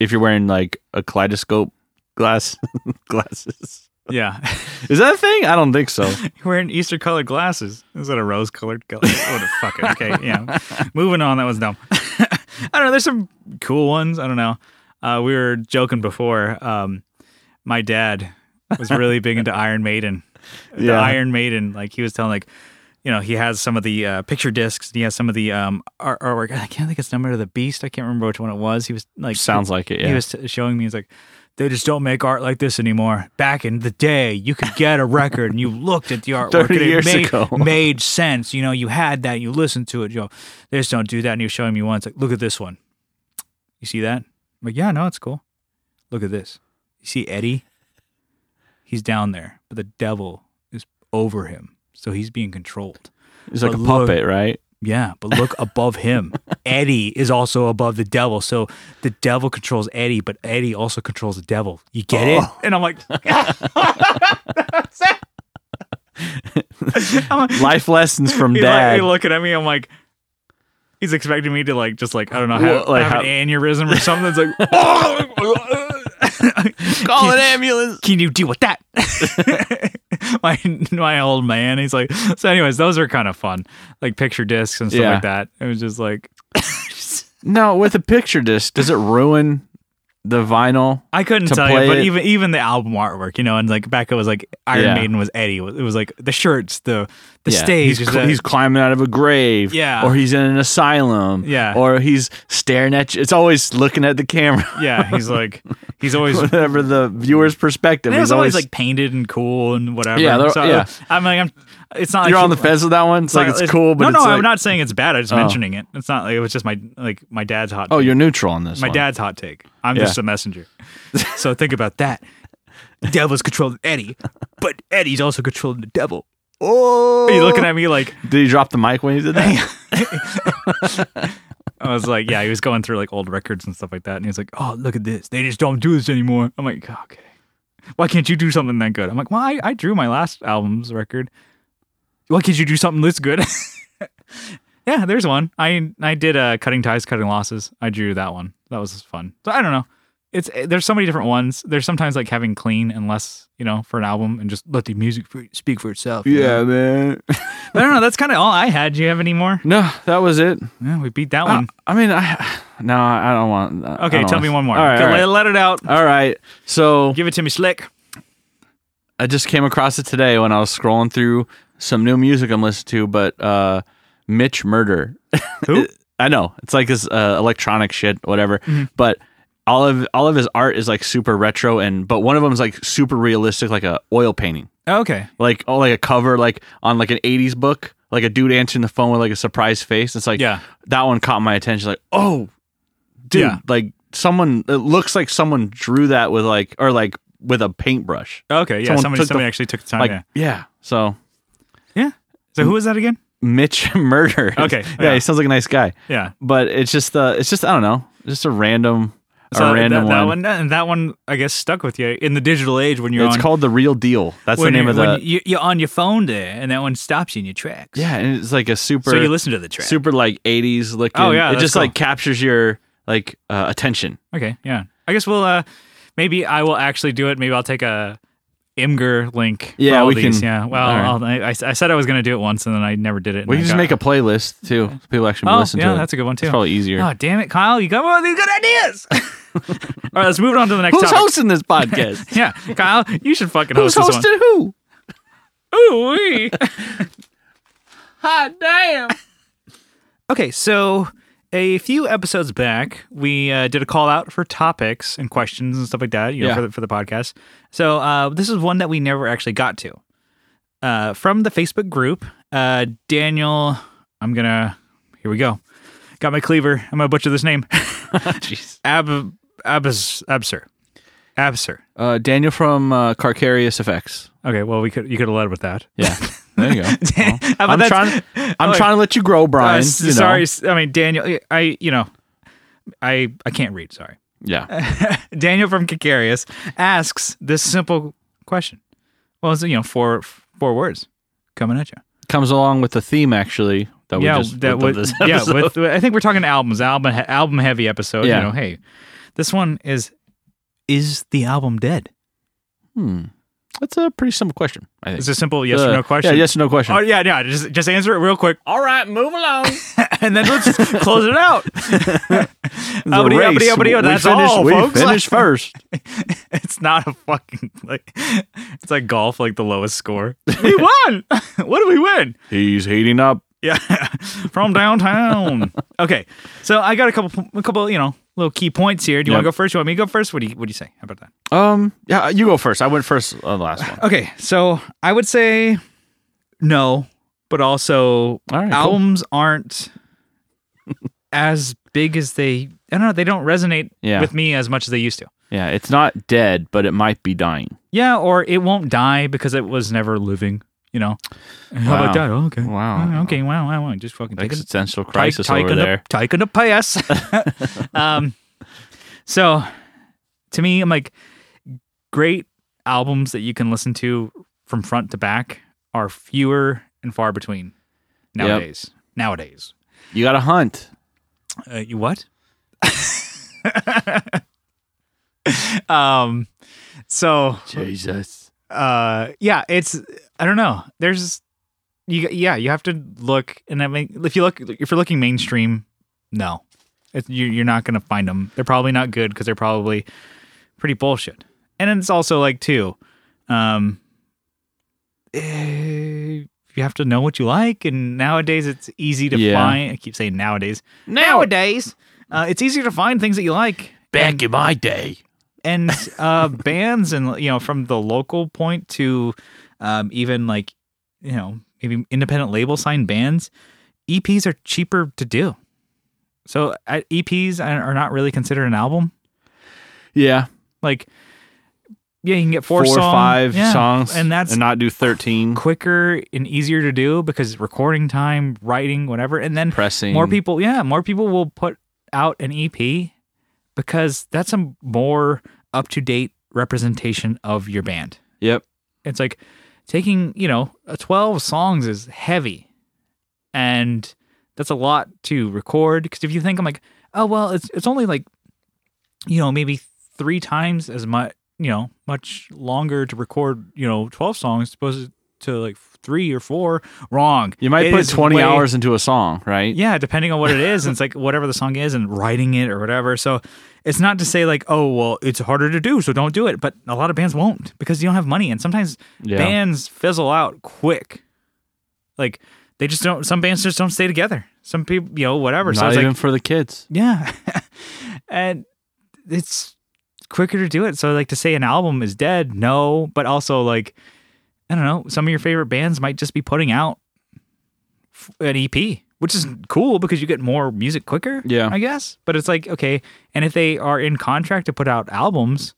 if you're wearing like a kaleidoscope glass glasses,
Yeah,
is that a thing? I don't think so.
you're wearing Easter colored glasses instead of rose colored color. Oh, the fuck it. Okay, yeah. Moving on. That was dumb. I don't know. There's some cool ones. I don't know. Uh, we were joking before. Um, my dad was really big into Iron Maiden. The
Yeah.
Iron Maiden. Like he was telling like. You know, he has some of the uh, picture discs. He has some of the um, art- artwork. I can't think it's number of the beast. I can't remember which one it was. He was like,
Sounds like it. Yeah,
he was t- showing me. He's like, they just don't make art like this anymore. Back in the day, you could get a record and you looked at the artwork.
30
and it
years
made,
ago.
made sense. You know, you had that. You listened to it. You know, they just don't do that. And he was showing me one. It's like, look at this one. You see that? I'm like, yeah, no, it's cool. Look at this. You see Eddie? He's down there, but the devil is over him, so he's being controlled.
it's like a
but look-
puppet, right?
Yeah, but look above him. Eddie is also above the devil. So the devil controls Eddie, but Eddie also controls the devil. You get it? And I'm like, I'm like-
Life lessons from
he's
dad.
like- he's looking at me. I'm like, he's expecting me to like, just like, I don't know, have,
Well, like
have an aneurysm or something. It's like, oh!
Call an ambulance.
can you deal with that? my my old man. He's like, so anyways, those are kind of fun, like picture discs and stuff
Yeah.
like that. It was just like,
No, with a picture disc, does it ruin the vinyl?
I couldn't
to
tell you,
play
but
it.
even even the album artwork, you know, and like back it was like Iron
Yeah.
Maiden was Eddie. It was like the shirts, the the
Yeah,
stage,
He's,
is
cl-
the-
he's climbing out of a grave.
Yeah.
Or he's in an asylum.
Yeah.
Or he's staring at you. It's always looking at the camera,
yeah, he's like he's always. and
whatever the viewer's perspective.
It was
He's
always like painted and cool and whatever.
Yeah, they're-
so,
yeah.
I'm like, I'm. It's not.
you're
like
on the fence with that one. It's, like
not-
it's, cool, but
no,
it's
no,
like,
I'm not saying it's bad. I'm just mentioning it. It's not like it was just my like my dad's hot.
Oh,
take.
you're neutral on this.
my
one.
dad's hot take. I'm
Yeah.
just a messenger. so think about that. The devil's controlling Eddie, but Eddie's also controlling the devil.
Oh,
Are you looking at me like?
Did he drop the mic when he did that?
I was like, yeah, he was going through like old records and stuff like that. And he was like, oh, look at this. They just don't do this anymore. I'm like, "Oh, okay. Why can't you do something that good? I'm like, well, I, I drew my last album's record. Why can't you do something this good? yeah, there's one. I I did uh, Cutting Ties, Cutting Losses. I drew that one. That was fun. So I don't know. It's eh, there's so many different ones. There's sometimes like having clean and less, you know, for an album and just let the music f- speak for itself. you know?
man.
But I don't know. That's kind of all I had. Do you have any more?
no, that was it.
Yeah, we beat that
I,
one.
I mean, I no, I don't want. Ah. I
Okay,
don't
tell
want-
me one more.
All right,
Okay,
all right.
let- let it out.
All right. So
Give it to me slick.
I just came across it today when I was scrolling through some new music I'm listening to, but uh, Mitch Murder.
Who?
I know it's like this uh, electronic shit, whatever.
Mm-hmm.
But all of all of his art is like super retro, and but one of them is like super realistic, like a oil painting,
Okay.
like oh, like a cover, like on like an '80s book, like a dude answering the phone with like a surprised face. It's like
Yeah.
that one caught my attention. Like oh, dude,
Yeah.
like someone. It looks like someone drew that with like or like with a paintbrush.
Okay. Yeah.
Someone
somebody
took
somebody
the-
actually took the time.
Like
Oh, yeah.
yeah, Hmm. so
Yeah. So who was that again?
Mitch Murder.
Okay,
yeah,
yeah.
he sounds like a nice guy.
Yeah.
But it's just uh it's just I don't know. Just a random
So
a random
that, that
one.
one. And that one, I guess, stuck with you in the digital age when you're
It's
on.
called The Real Deal. That's the
when
name
you're,
of the
when you, you're on your phone there, and that one stops you in your tracks.
Yeah, and it's like a super
So you listen to the track.
super like 80s looking.
Oh, yeah,
it
that's
just
cool. Oh
like captures your like uh, attention.
Okay. Yeah. I guess we'll. uh Maybe I will actually do it. Maybe I'll take a Imgur link. for
Yeah,
all
we
these.
can-
Yeah, well,
all right.
I'll- I, I said I was going to do it once, and then I never did it.
We can just make a playlist too. so people actually
Oh,
listen
yeah,
to it.
that's a good one too.
It's probably easier.
Oh damn it, Kyle! You got all these good ideas. all right, let's move on to the next.
Who's
topic.
hosting this podcast?
Yeah, Kyle, you should fucking
Who's
host this one.
hosting who?
Ooh wee.
Hot damn!
Okay, so a few episodes back, we uh, did a call out for topics and questions and stuff like that, you know,
Yeah.
for, the, for the podcast. So uh, this is one that we never actually got to. Uh, from the Facebook group, uh, Daniel, I'm going to, here we go. Got my cleaver. I'm going to butcher this name.
Jeez.
Ab, Abs, Absir. Absir.
Uh, Daniel from uh, Carcarious FX.
Okay, well, we could you could have led with that.
Yeah, there you go. Well,
But
I'm
that's-
trying. I'm
Oh,
trying to let you grow,
uh,
Brian.
s-
you know.
sorry. s- I mean, Daniel, I, you know, I, I can't read. Sorry.
Yeah.
Daniel from Kikarius asks this simple question. Well, it's you know four four words coming at you.
Comes along with the theme actually that we
yeah,
just
that
looked up
would
this
yeah.
episode.
With, I think we're talking albums, album album heavy episode.
Yeah.
You know, hey, this one is is the album dead?
Hmm. That's a pretty simple question. I think.
It's a simple yes
Uh,
or no question.
Yeah, yes or no question.
Oh yeah, yeah. Just just answer it real quick,
All right, move along.
and then let's just close it out. Uppity, uppity, uppity,
we
oh, that's
finished,
all,
we
folks.
finished first.
It's not a fucking like. It's like golf, like the lowest score. We won. what do we win?
He's heating up.
Yeah, from downtown. okay, so I got a couple, a couple, you know, little key points here. Do you want to
Yep.
go first? You want me to go first? What do you, what do you say? How about that?
Um, yeah, you go first. I went first on the last one.
Okay, so I would say no, but also
All right, cool.
albums aren't as big as they. I don't know. They don't resonate
Yeah.
with me as much as they used to.
Yeah, it's not dead, but it might be dying.
Yeah, or it won't die because it was never living. You know. How
Wow.
about that? Oh, okay.
Wow.
Oh, Okay. Wow. Wow. wow. Just fucking take it.
Existential crisis
Tyke
over
in the-
there.
Tyke in the pass. um, so, to me, I'm like, great albums that you can listen to from front to back are fewer and far between nowadays. Nowadays,
You got to hunt.
uh, you what? um, so
Jesus.
uh yeah it's i don't know there's you yeah you have to look and i mean if you look if you're looking mainstream no it's, you, you're not gonna find them they're probably not good because they're probably pretty bullshit and it's also like too um eh, you have to know what you like and nowadays it's easy to
Yeah.
find i keep saying nowadays
Now,
nowadays uh, it's easier to find things that you like
back in my day.
and uh bands and you know from the local point to um even like you know maybe independent label signed bands eps are cheaper to do so uh, eps are are not really considered an album
Yeah,
like yeah you can get
four,
four,
or
song-
five
yeah,
songs,
and that's
and not do thirteen
quicker and easier to do because recording time writing whatever and then
pressing.
more people yeah more people will put out an ep because that's a more up-to-date representation of your band
Yep.
it's like taking you know a 12 songs is heavy and that's a lot to record because if you think i'm like oh well it's it's only like you know maybe three times as much you know much longer to record you know 12 songs opposed to like three or four wrong
You might
It
put
is
twenty
way-
hours into a song, right?
yeah, depending on what it is, and it's like whatever the song is and writing it or whatever. So it's not to say like, oh, well, it's harder to do, so don't do it. But a lot of bands won't because you don't have money, and sometimes
Yeah.
bands fizzle out quick. Like they just don't. Some bands just don't stay together. Some people, you know, whatever.
Not
so it's
even
like,
for the kids.
yeah, and it's quicker to do it. So like to say an album is dead, no, but also like I don't know, some of your favorite bands might just be putting out f- an EP, which is cool because you get more music quicker.
Yeah.
I guess. But it's like okay, and if they are in contract to put out albums,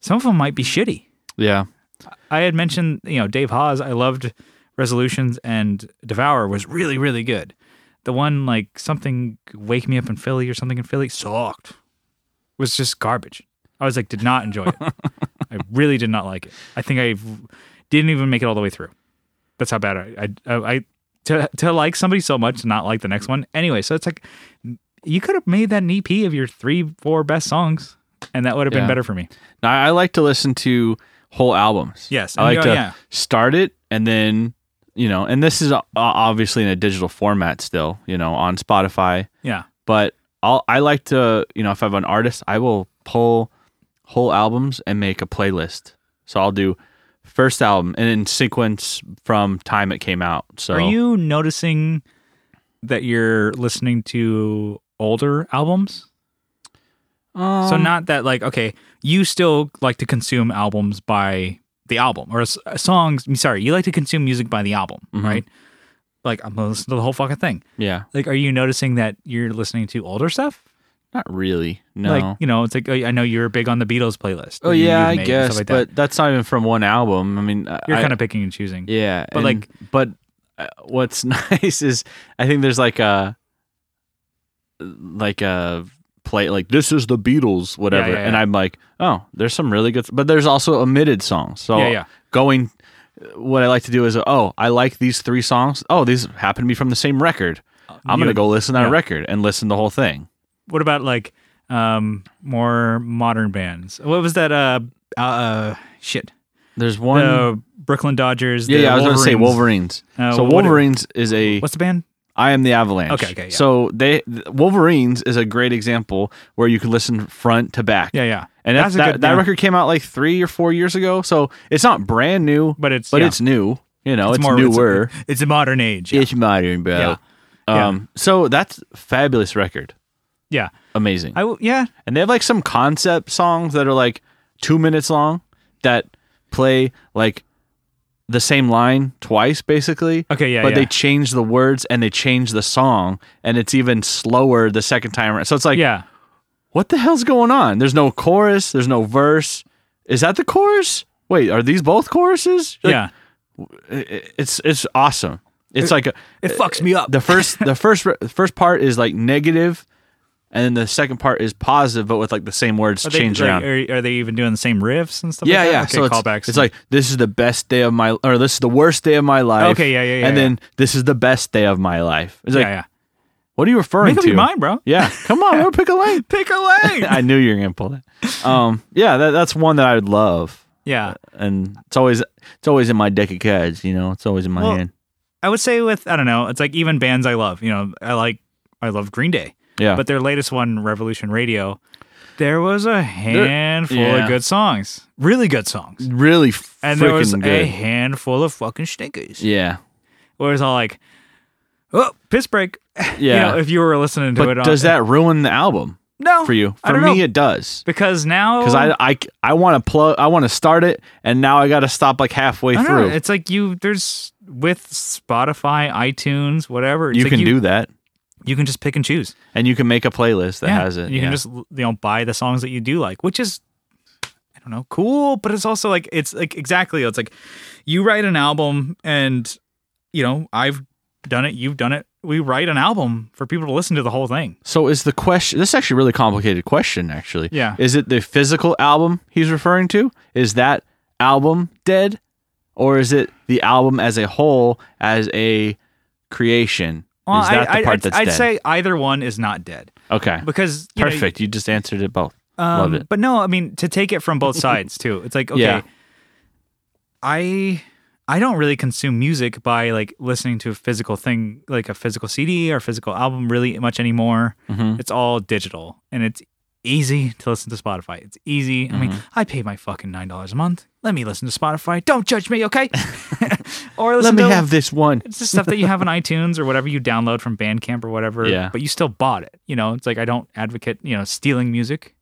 some of them might be shitty.
Yeah.
I had mentioned, you know, Dave Haas. I loved Resolutions and Devour was really, really good. The one like something Wake Me Up in Philly or something in Philly sucked. Was just garbage. I was like, did not enjoy it. I really did not like it. I think I didn't even make it all the way through. That's how bad I I, I to to like somebody so much to not like the next one. Anyway, so it's like you could have made that an E EP of your three, four best songs, and that would have
Yeah.
been better for me.
Now I like to listen to whole albums.
Yes.
I like
Oh,
to
yeah.
start it and then you know, and this is uh, obviously in a digital format still, you know, on Spotify.
Yeah.
But I'll I like to you know if I have an artist, I will pull whole albums and make a playlist. So I'll do first album and in sequence from time it came out. So
Are you noticing that you're listening to older albums?
Um,
so not that like okay, you still like to consume albums by the album or s- uh, songs. Sorry, you like to consume music by the album,
Mhm.
right? Like I'm gonna listen to the whole fucking thing.
yeah,
Like, are you noticing that you're listening to older stuff?
not really. No.
Like you know, it's like oh, I know you're big on the Beatles playlist.
oh
that you-
yeah,
you've
I
made and
guess,
stuff like that.
but that's not even from one album. I mean,
you're
I,
kind of picking and choosing.
Yeah,
But, like-
but uh, what's nice is I think there's like a like a play like this is the Beatles whatever,
yeah,
and
yeah.
I'm like, oh, there's some really good, but there's also omitted songs. So
Yeah, yeah.
going, uh, what I like to do is, oh, I like these three songs. Oh, these happen to be from the same record. I'm
you-
gonna go listen to
yeah.
that record and listen to the whole thing.
What about like um more modern bands? What was that? Uh, uh, uh shit.
There's one.
The Brooklyn Dodgers.
yeah,
the
yeah, I was gonna say
Wolverines.
Wolverines.
Uh,
so
what-
Wolverines is a
What's the band?
I am the Avalanche.
Okay, okay, yeah.
So they th- Wolverines is a great example where you can listen front to back.
Yeah, yeah.
And
That's
that's
a
that,
good-
that
yeah.
record came out like three or four years ago, so it's not brand new,
But it's-
but
yeah.
it's new. You know, Oh, it's,
more
newer.
It's, it's a modern age. Yeah.
modern,
Yeah.
bro. Um, so that's fabulous record,
yeah.
amazing.
I w- yeah.
and they have like some concept songs that are like two minutes long that play like the same line twice basically
Okay, yeah,
but
yeah.
they change the words and they change the song and it's even slower the second time around so it's like
Yeah.
what the hell's going on there's no chorus there's no verse is that the chorus wait are these both choruses Like,
yeah.
it- it's it's awesome it's like a,
It fucks me up.
the first the first re- first part is like negative and then the second part is positive but with like the same words
Are Oh, they,
changed
like,
around
Are, are they even doing the same riffs and stuff?
yeah,
like that?
yeah.
Okay,
so it's,
callbacks.
it's like this is the best day of my, or this is the worst day of my life.
Okay, yeah, yeah, yeah,
And
yeah.
then this is the best day of my life. It's
yeah,
like,
yeah.
what are you referring
Make up
to?
your mind, bro.
Yeah, come on, bro, pick a lane.
Pick a lane.
I knew you were gonna pull that. Um, yeah, that, that's one that I would love,
yeah.
and it's always it's always in my deck of cards. You know, it's always in my
Well-
hand.
I would say with I don't know, it's like even bands I love. You know, I like I love Green Day.
Yeah,
But their latest one, Revolution Radio, there was a handful
yeah.
of good songs. Really good songs.
really freaking
And there was
good.
a handful of fucking stinkers.
yeah,
Where it's all like, oh, piss break.
Yeah.
you know, if you were listening to
but
it on.
does that ruin the album
no,
for you?
I
For
don't
me,
know.
it does.
because now.
Because I, I, I want to plug, I want to start it, and now I got to stop like halfway
I don't
through.
know. It's like you, there's with Spotify, iTunes, whatever. It's
you
like
can do that
You can just pick and choose.
and you can make a playlist that has it
You
yeah.
can just you know buy the songs that you do like, which is I don't know, cool, but it's also like it's like exactly it's like you write an album and you know, I've done it, you've done it. We write an album for people to listen to the whole thing.
so is the question this is actually a really complicated question actually
Yeah.
is it the physical album he's referring to is that album dead or is it the album as a whole as a creation is that the part
I'd,
that's
I'd
dead
say either one is not dead
okay
because you know,
perfect you just answered it both
Um,
Love it.
But no, I mean to take it from both sides too. It's like okay,
Yeah.
I I don't really consume music by like listening to a physical thing, like a physical CD or physical album, really much anymore.
Mm-hmm.
It's all digital, and it's easy to listen to Spotify. It's easy. I mean,
Mm-hmm.
I pay my fucking nine dollars a month. Let me listen to Spotify. Don't judge me, okay? or
let
listen
me
to
have this one
it's the stuff that you have on iTunes or whatever you download from Bandcamp or whatever.
Yeah.
But you still bought it. You know, it's like I don't advocate, you know, stealing music.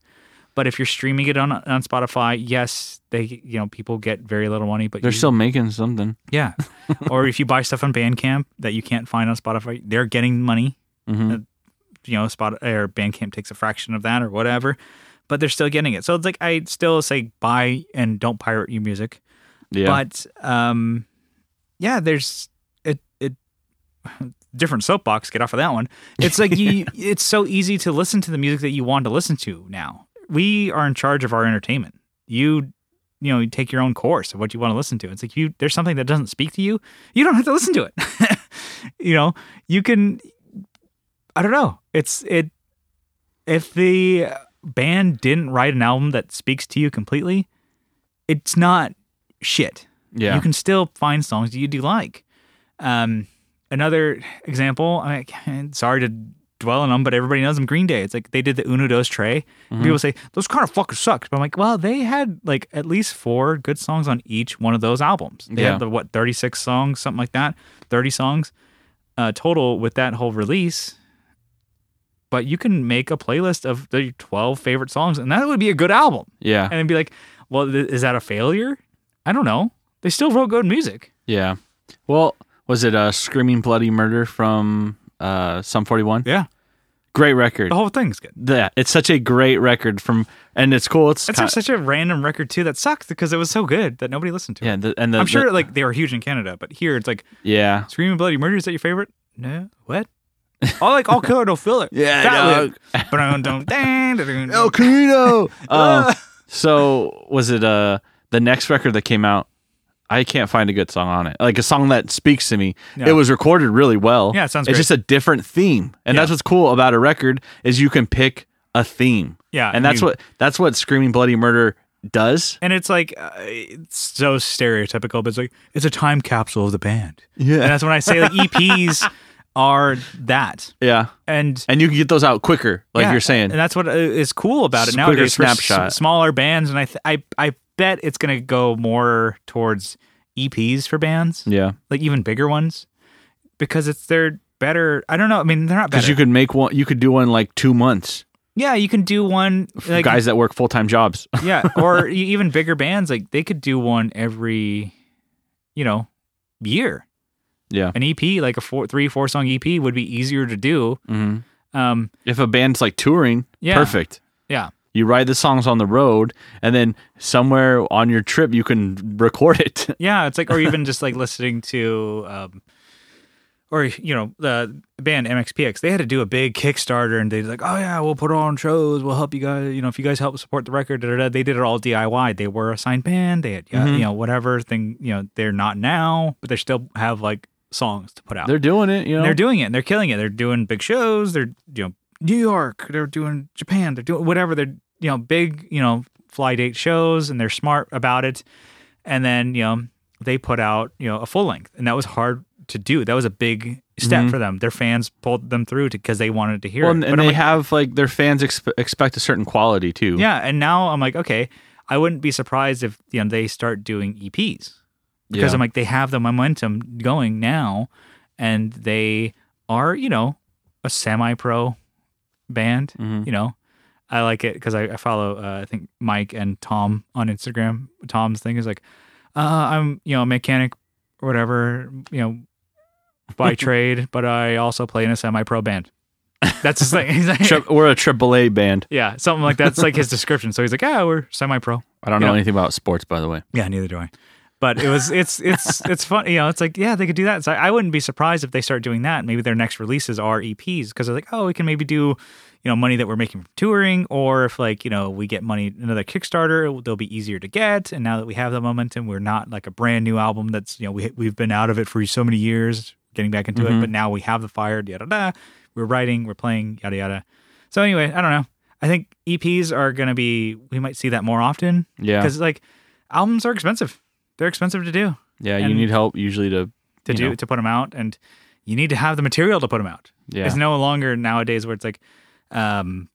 But if you're streaming it on on Spotify, yes, they you know, people get very little money, but
they're
you-
still making something
Yeah. or if you buy stuff on Bandcamp that you can't find on Spotify, they're getting money.
Mm-hmm.
Uh, you know, Spot or Bandcamp takes a fraction of that or whatever. But they're still getting it. So it's like I still say buy and don't pirate your music
yeah
but um yeah there's it it different soapbox get off of that one it's like you it's so easy to listen to the music that you want to listen to now we are in charge of our entertainment you you know you take your own course of what you want to listen to it's like you there's something that doesn't speak to you you don't have to listen to it you know you can i don't know it's it if the band didn't write an album that speaks to you completely it's not shit.
Yeah.
You can still find songs that you do like. Um, another example, I mean, sorry to dwell on them, but everybody knows them Green Day. It's like they did the Uno Dos Trey.
Mm-hmm.
People say, those kind of fuckers sucked. But I'm like, well, they had like at least four good songs on each one of those albums. They
Yeah.
had the, what, 36 songs, something like that, 30 songs uh, total with that whole release. But you can make a playlist of the 12 favorite songs, and that would be a good album
yeah.
and then be like, well, th- is that a failure? I don't know. They still wrote good music.
Yeah. Well, was it uh, Screaming Bloody Murder from uh, Sum 41?
Yeah. Oh.
Great record.
The whole thing's good.
Yeah, it's such a great record from, and it's cool. It's,
It's
kind-
such a random record too that sucked because it was so good that nobody listened to it.
yeah, the, and the,
I'm sure
the-
like they were huge in Canada, but here it's like
yeah,
Screaming Bloody Murder is that your favorite? No. What? I like all killer no filler.
Yeah,
That dog.
El Camino. uh,
Ah.
so was it uh the next record that came out? I can't find a good song on it. Like a song that speaks to me.
Yeah.
It was recorded really well.
Yeah, it sounds
It's
great.
just a different theme, and that's what's cool about a record is you can pick a theme.
Yeah,
and that's
you-
what that's what Screaming Bloody Murder does.
And it's like uh, it's so stereotypical, but it's like it's a time capsule of the band.
Yeah.
and that's when I say like EPs are that.
Yeah,
And
and you can get those out quicker, like
Yeah,
you're saying.
and that's what uh, is cool about it
It's
nowadays.
quicker
for s-
snapshot.
smaller bands, and I, th- I, I bet it's gonna go more towards EPs for bands,
yeah,
like even bigger ones, because it's they're better. I don't know. I mean, they're not
because
better.
you could make one. You could do one in like two months.
yeah, you can do one like
Guys that work full time jobs.
yeah, or e- even bigger bands like they could do one every, you know, year.
yeah.
An EP like a four, three, four song EP would be easier to do.
Mm.
Um,
If a band's like touring,
Yeah.
perfect.
yeah,
You write the songs on the road, and then somewhere on your trip you can record it.
Yeah, it's like, or even just like listening to, um, or you know, the band MXPX. They had to do a big Kickstarter, and they like, oh yeah, we'll put on shows, we'll help you guys. You know, if you guys help support the record, da, da, da. they did it all DIY. They were a signed band. They had, yeah, you know, whatever thing. You know, they're not now, but they still have like songs to put out.
They're doing it, you know.
And they're doing it. And they're killing it. They're doing big shows. They're you know New York. They're doing Japan. They're doing whatever. They're you know big you know fly date shows, and they're smart about it. And then you know they put out you know a full length, and that was hard to do. That was a big step for them. Their fans pulled them through because they wanted to hear
Mm-hmm. Well,
it.
and,
But
and
I'm
they
like,
have like their fans exp- expect a certain quality too.
yeah. And now I'm like, okay, I wouldn't be surprised if you know they start doing E EPs. because
Yeah.
I'm like they have the momentum going now, and they are you know a semi-pro band.
Mhm.
You know, I like it because I, I follow uh, I think Mike and Tom on Instagram. Tom's thing is like, uh, I'm you know a mechanic or whatever you know by trade, but I also play in a semi-pro band. That's his thing. He's like-
Tri- we're a triple A band.
yeah, something like that's like his description. So he's like, yeah, we're semi-pro.
I don't
You
know
know.
anything about sports, by the way.
Yeah, neither do I. But it was it's it's it's fun. You know, it's like yeah, they could do that. So I wouldn't be surprised if they start doing that. Maybe their next releases are EPs because they're like, oh, we can maybe do you know money that we're making from touring, or if like you know we get money another Kickstarter, they'll be easier to get. And now that we have the momentum, we're not like a brand new album that's you know we we've been out of it for so many years, getting back into it. But now we have the fire, yada yada. We're writing, we're playing, yada yada. So anyway, I don't know. I think EPs are gonna be we might see that more often.
Yeah.
because like albums are expensive. They're expensive to do,
Yeah, you
And-
need help usually to
to
you
do,
know.
to put them out, and you need to have the material to put them out.
Yeah.
It's no longer nowadays where it's like, um,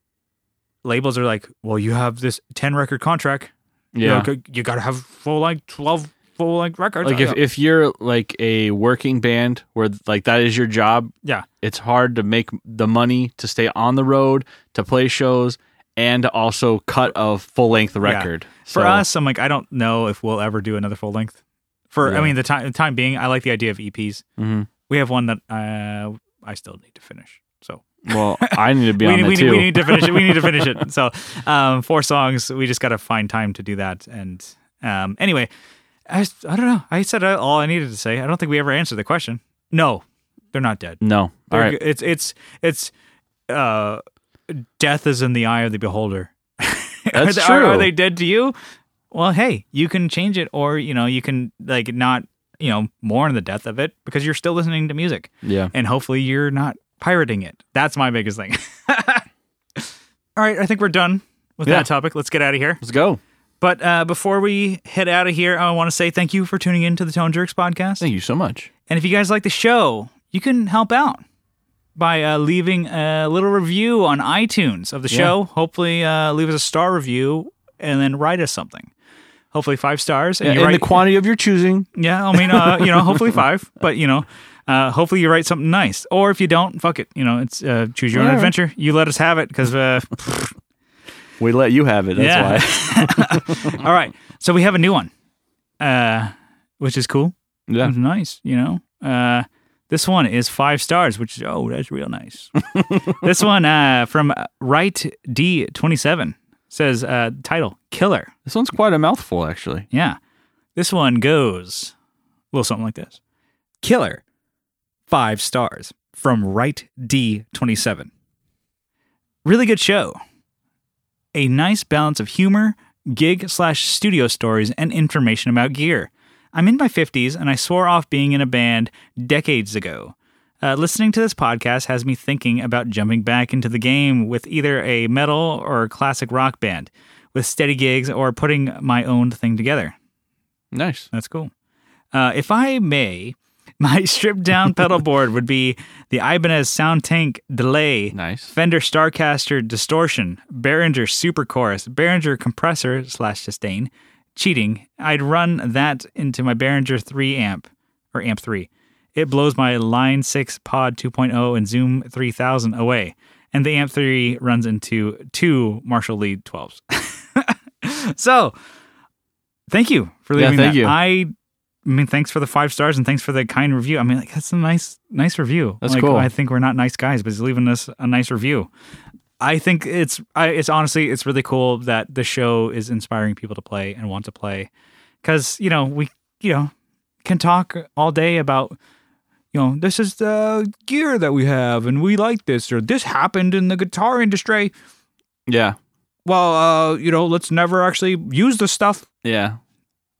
labels are like, well, you have this ten record contract. You,
Yeah.
know, g- you got to have full like twelve full like records.
like if, if you're like a working band where like that is your job
yeah,
it's hard to make the money to stay on the road to play shows and to also cut a full length record.
for
So-
us, I'm like, I don't know if we'll ever do another full length. For
Yeah.
I mean, the time time being, I like the idea of EPs.
Mhm.
We have one that uh, I still need to finish. So
well, I need to be on
we,
it
we,
too.
we need to finish it. We need to finish it. So, um, four songs. We just got to find time to do that. And um, anyway, I, s- I don't know. I said uh, all I needed to say. I don't think we ever answered the question. No, they're not dead.
no, all
They're
right,
g- It's it's it's uh, death is in the eye of the beholder. are,
That's
they, Are, are
true.
they dead to you? Well, hey, you can change it, or you know, you can like not you know mourn the death of it because you're still listening to music
yeah,
and hopefully you're not pirating it. That's my biggest thing. All right, I think we're done with
Yeah.
that topic. Let's get out of here.
let's go.
But uh, before we head out of here, I want to say thank you for tuning in to the Tone Jerks podcast.
Thank you so much.
And if you guys like the show, you can help out by uh, leaving a little review on iTunes of the show. Hopefully, uh, leave us a star review and then write us something. Hopefully, five stars. And
in
you write,
the quantity of your choosing.
yeah, I mean, uh, you know, hopefully five, but you know, uh, hopefully you write something nice. Or if you don't, fuck it. You know, it's uh, choose your own adventure. You let us have it because uh,
We let you have it. That's
Yeah.
why.
All right. So we have a new one, uh, which is cool.
Yeah.
It's nice, you know. Uh, this one is five stars, which is, oh, that's real nice. this one uh, from Right D27 says, uh, title, Killer.
This one's quite a mouthful, actually.
Yeah. This one goes a little something like this Killer, five stars from Right D27. Really good show. A nice balance of humor, gig slash studio stories, and information about gear. I'm in my 50s and I swore off being in a band decades ago. Uh, listening to this podcast has me thinking about jumping back into the game with either a metal or classic rock band, with steady gigs or putting my own thing together.
Nice.
That's cool. Uh, if I may, my stripped down pedal board would be the Ibanez Sound Tank Delay,
Nice.
Fender Starcaster Distortion, Behringer Super Chorus, Behringer Compressor slash Sustain, Cheating. I'd run that into my Behringer 3 amp or amp 3. It blows my Line 6 Pod 2.0 and Zoom 3000 away. And the amp 3 runs into two Marshall Lead 12s. so, thank you for
Yeah,
leaving
thank
that.
you.
I I mean, thanks for the five stars and thanks for the kind review. I mean, like that's a nice, nice review.
That's
like,
cool.
I think we're not nice guys, but he's leaving us a nice review. I think it's, I, it's honestly, it's really cool that the show is inspiring people to play and want to play, because you know we, you know, can talk all day about, you know, this is the gear that we have and we like this or this happened in the guitar industry.
Yeah.
Well, uh, you know, let's never actually use the stuff
Yeah.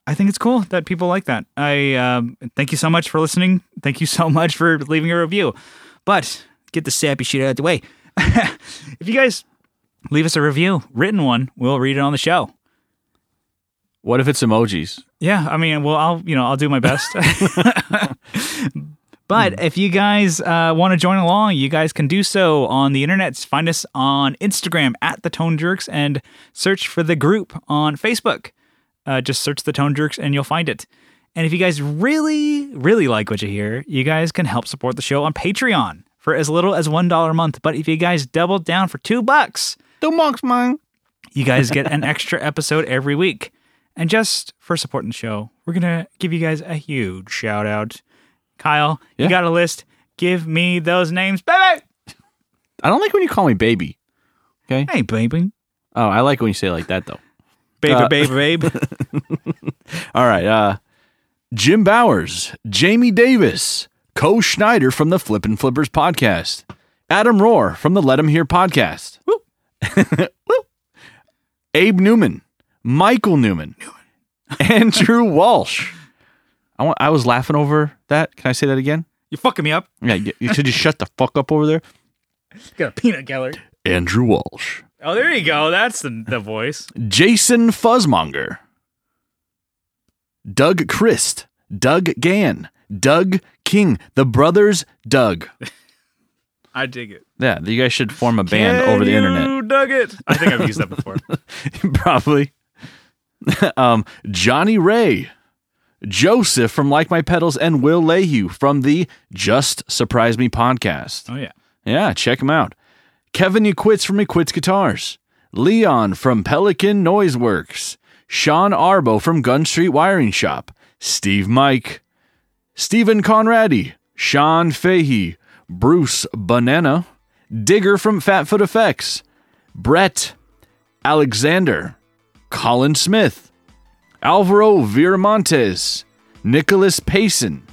I think it's cool that people like that. I um, thank you so much for listening. Thank you so much for leaving a review. But get the sappy shit out of the way. if you guys leave us a review, written one, we'll read it on the show.
What if it's emojis?
Yeah, I mean, well, I'll you know I'll do my best. but if you guys uh, want to join along, you guys can do so on the internet. Find us on Instagram at the Tone Jerks and search for the group on Facebook. Uh, just search the Tone Jerks and you'll find it. And if you guys really, really like what you hear, you guys can help support the show on Patreon for as little as one dollar a month. But if you guys double down for two bucks,
Don't mock mine.
you guys get an extra episode every week. And just for supporting the show, we're going to give you guys a huge shout out. Kyle, you
Yeah.
got a list. Give me those names, baby.
I don't like when you call me baby.
Hey, baby.
Oh, I like when you say it like that though.
Baby,
Uh,
baby, babe.
All right. Uh, Jim Bowers, Jamie Davis, Co Schneider from the Flippin' Flippers podcast, Adam Rohr from the Let 'Em Hear podcast, Woo. Abe Newman, Michael Newman, Andrew Walsh. I, want, I was laughing over that. Can I say that again?
You're fucking me up.
Yeah, you, you could you shut the fuck up over there?
Got a peanut gallery.
Andrew Walsh,
Oh, there you go. That's the, the voice.
Jason Fuzzmonger, Doug Christ, Doug Gann, Doug King, the brothers Doug.
I dig it.
Yeah, you guys should form a band
Can
over the
you
internet.
dug it. I think I've used that before.
Probably. um, Johnny Ray, Joseph from Like My Pedals, and Will Lehue from the Just Surprise Me podcast.
oh, yeah.
Yeah, check him out. Kevin Equits from Equits Guitars. Leon from Pelican Noise Works. Sean Arbo from Gun Street Wiring Shop. Steve Mike. Stephen Conradi. Sean Fahey. Bruce Banana. Digger from Fatfoot Effects. Brett. Alexander. Colin Smith. Alvaro Viramontes. Nicholas Payson.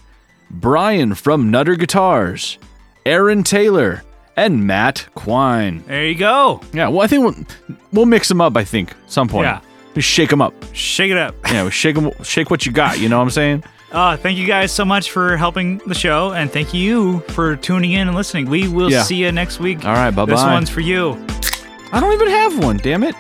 Brian from Nutter Guitars. Aaron Taylor, and Matt Quine.
There you go.
Yeah, well, I think we'll, we'll mix them up. I think some point.
Yeah.
just shake them up.
Shake it up.
Yeah, we shake 'em- shake what you got. You know what I'm saying?
Uh, thank you guys so much for helping the show, and thank you for tuning in and listening. We will
Yeah.
see you next week.
All right, bye-bye.
This one's for you.
I don't even have one. Damn it.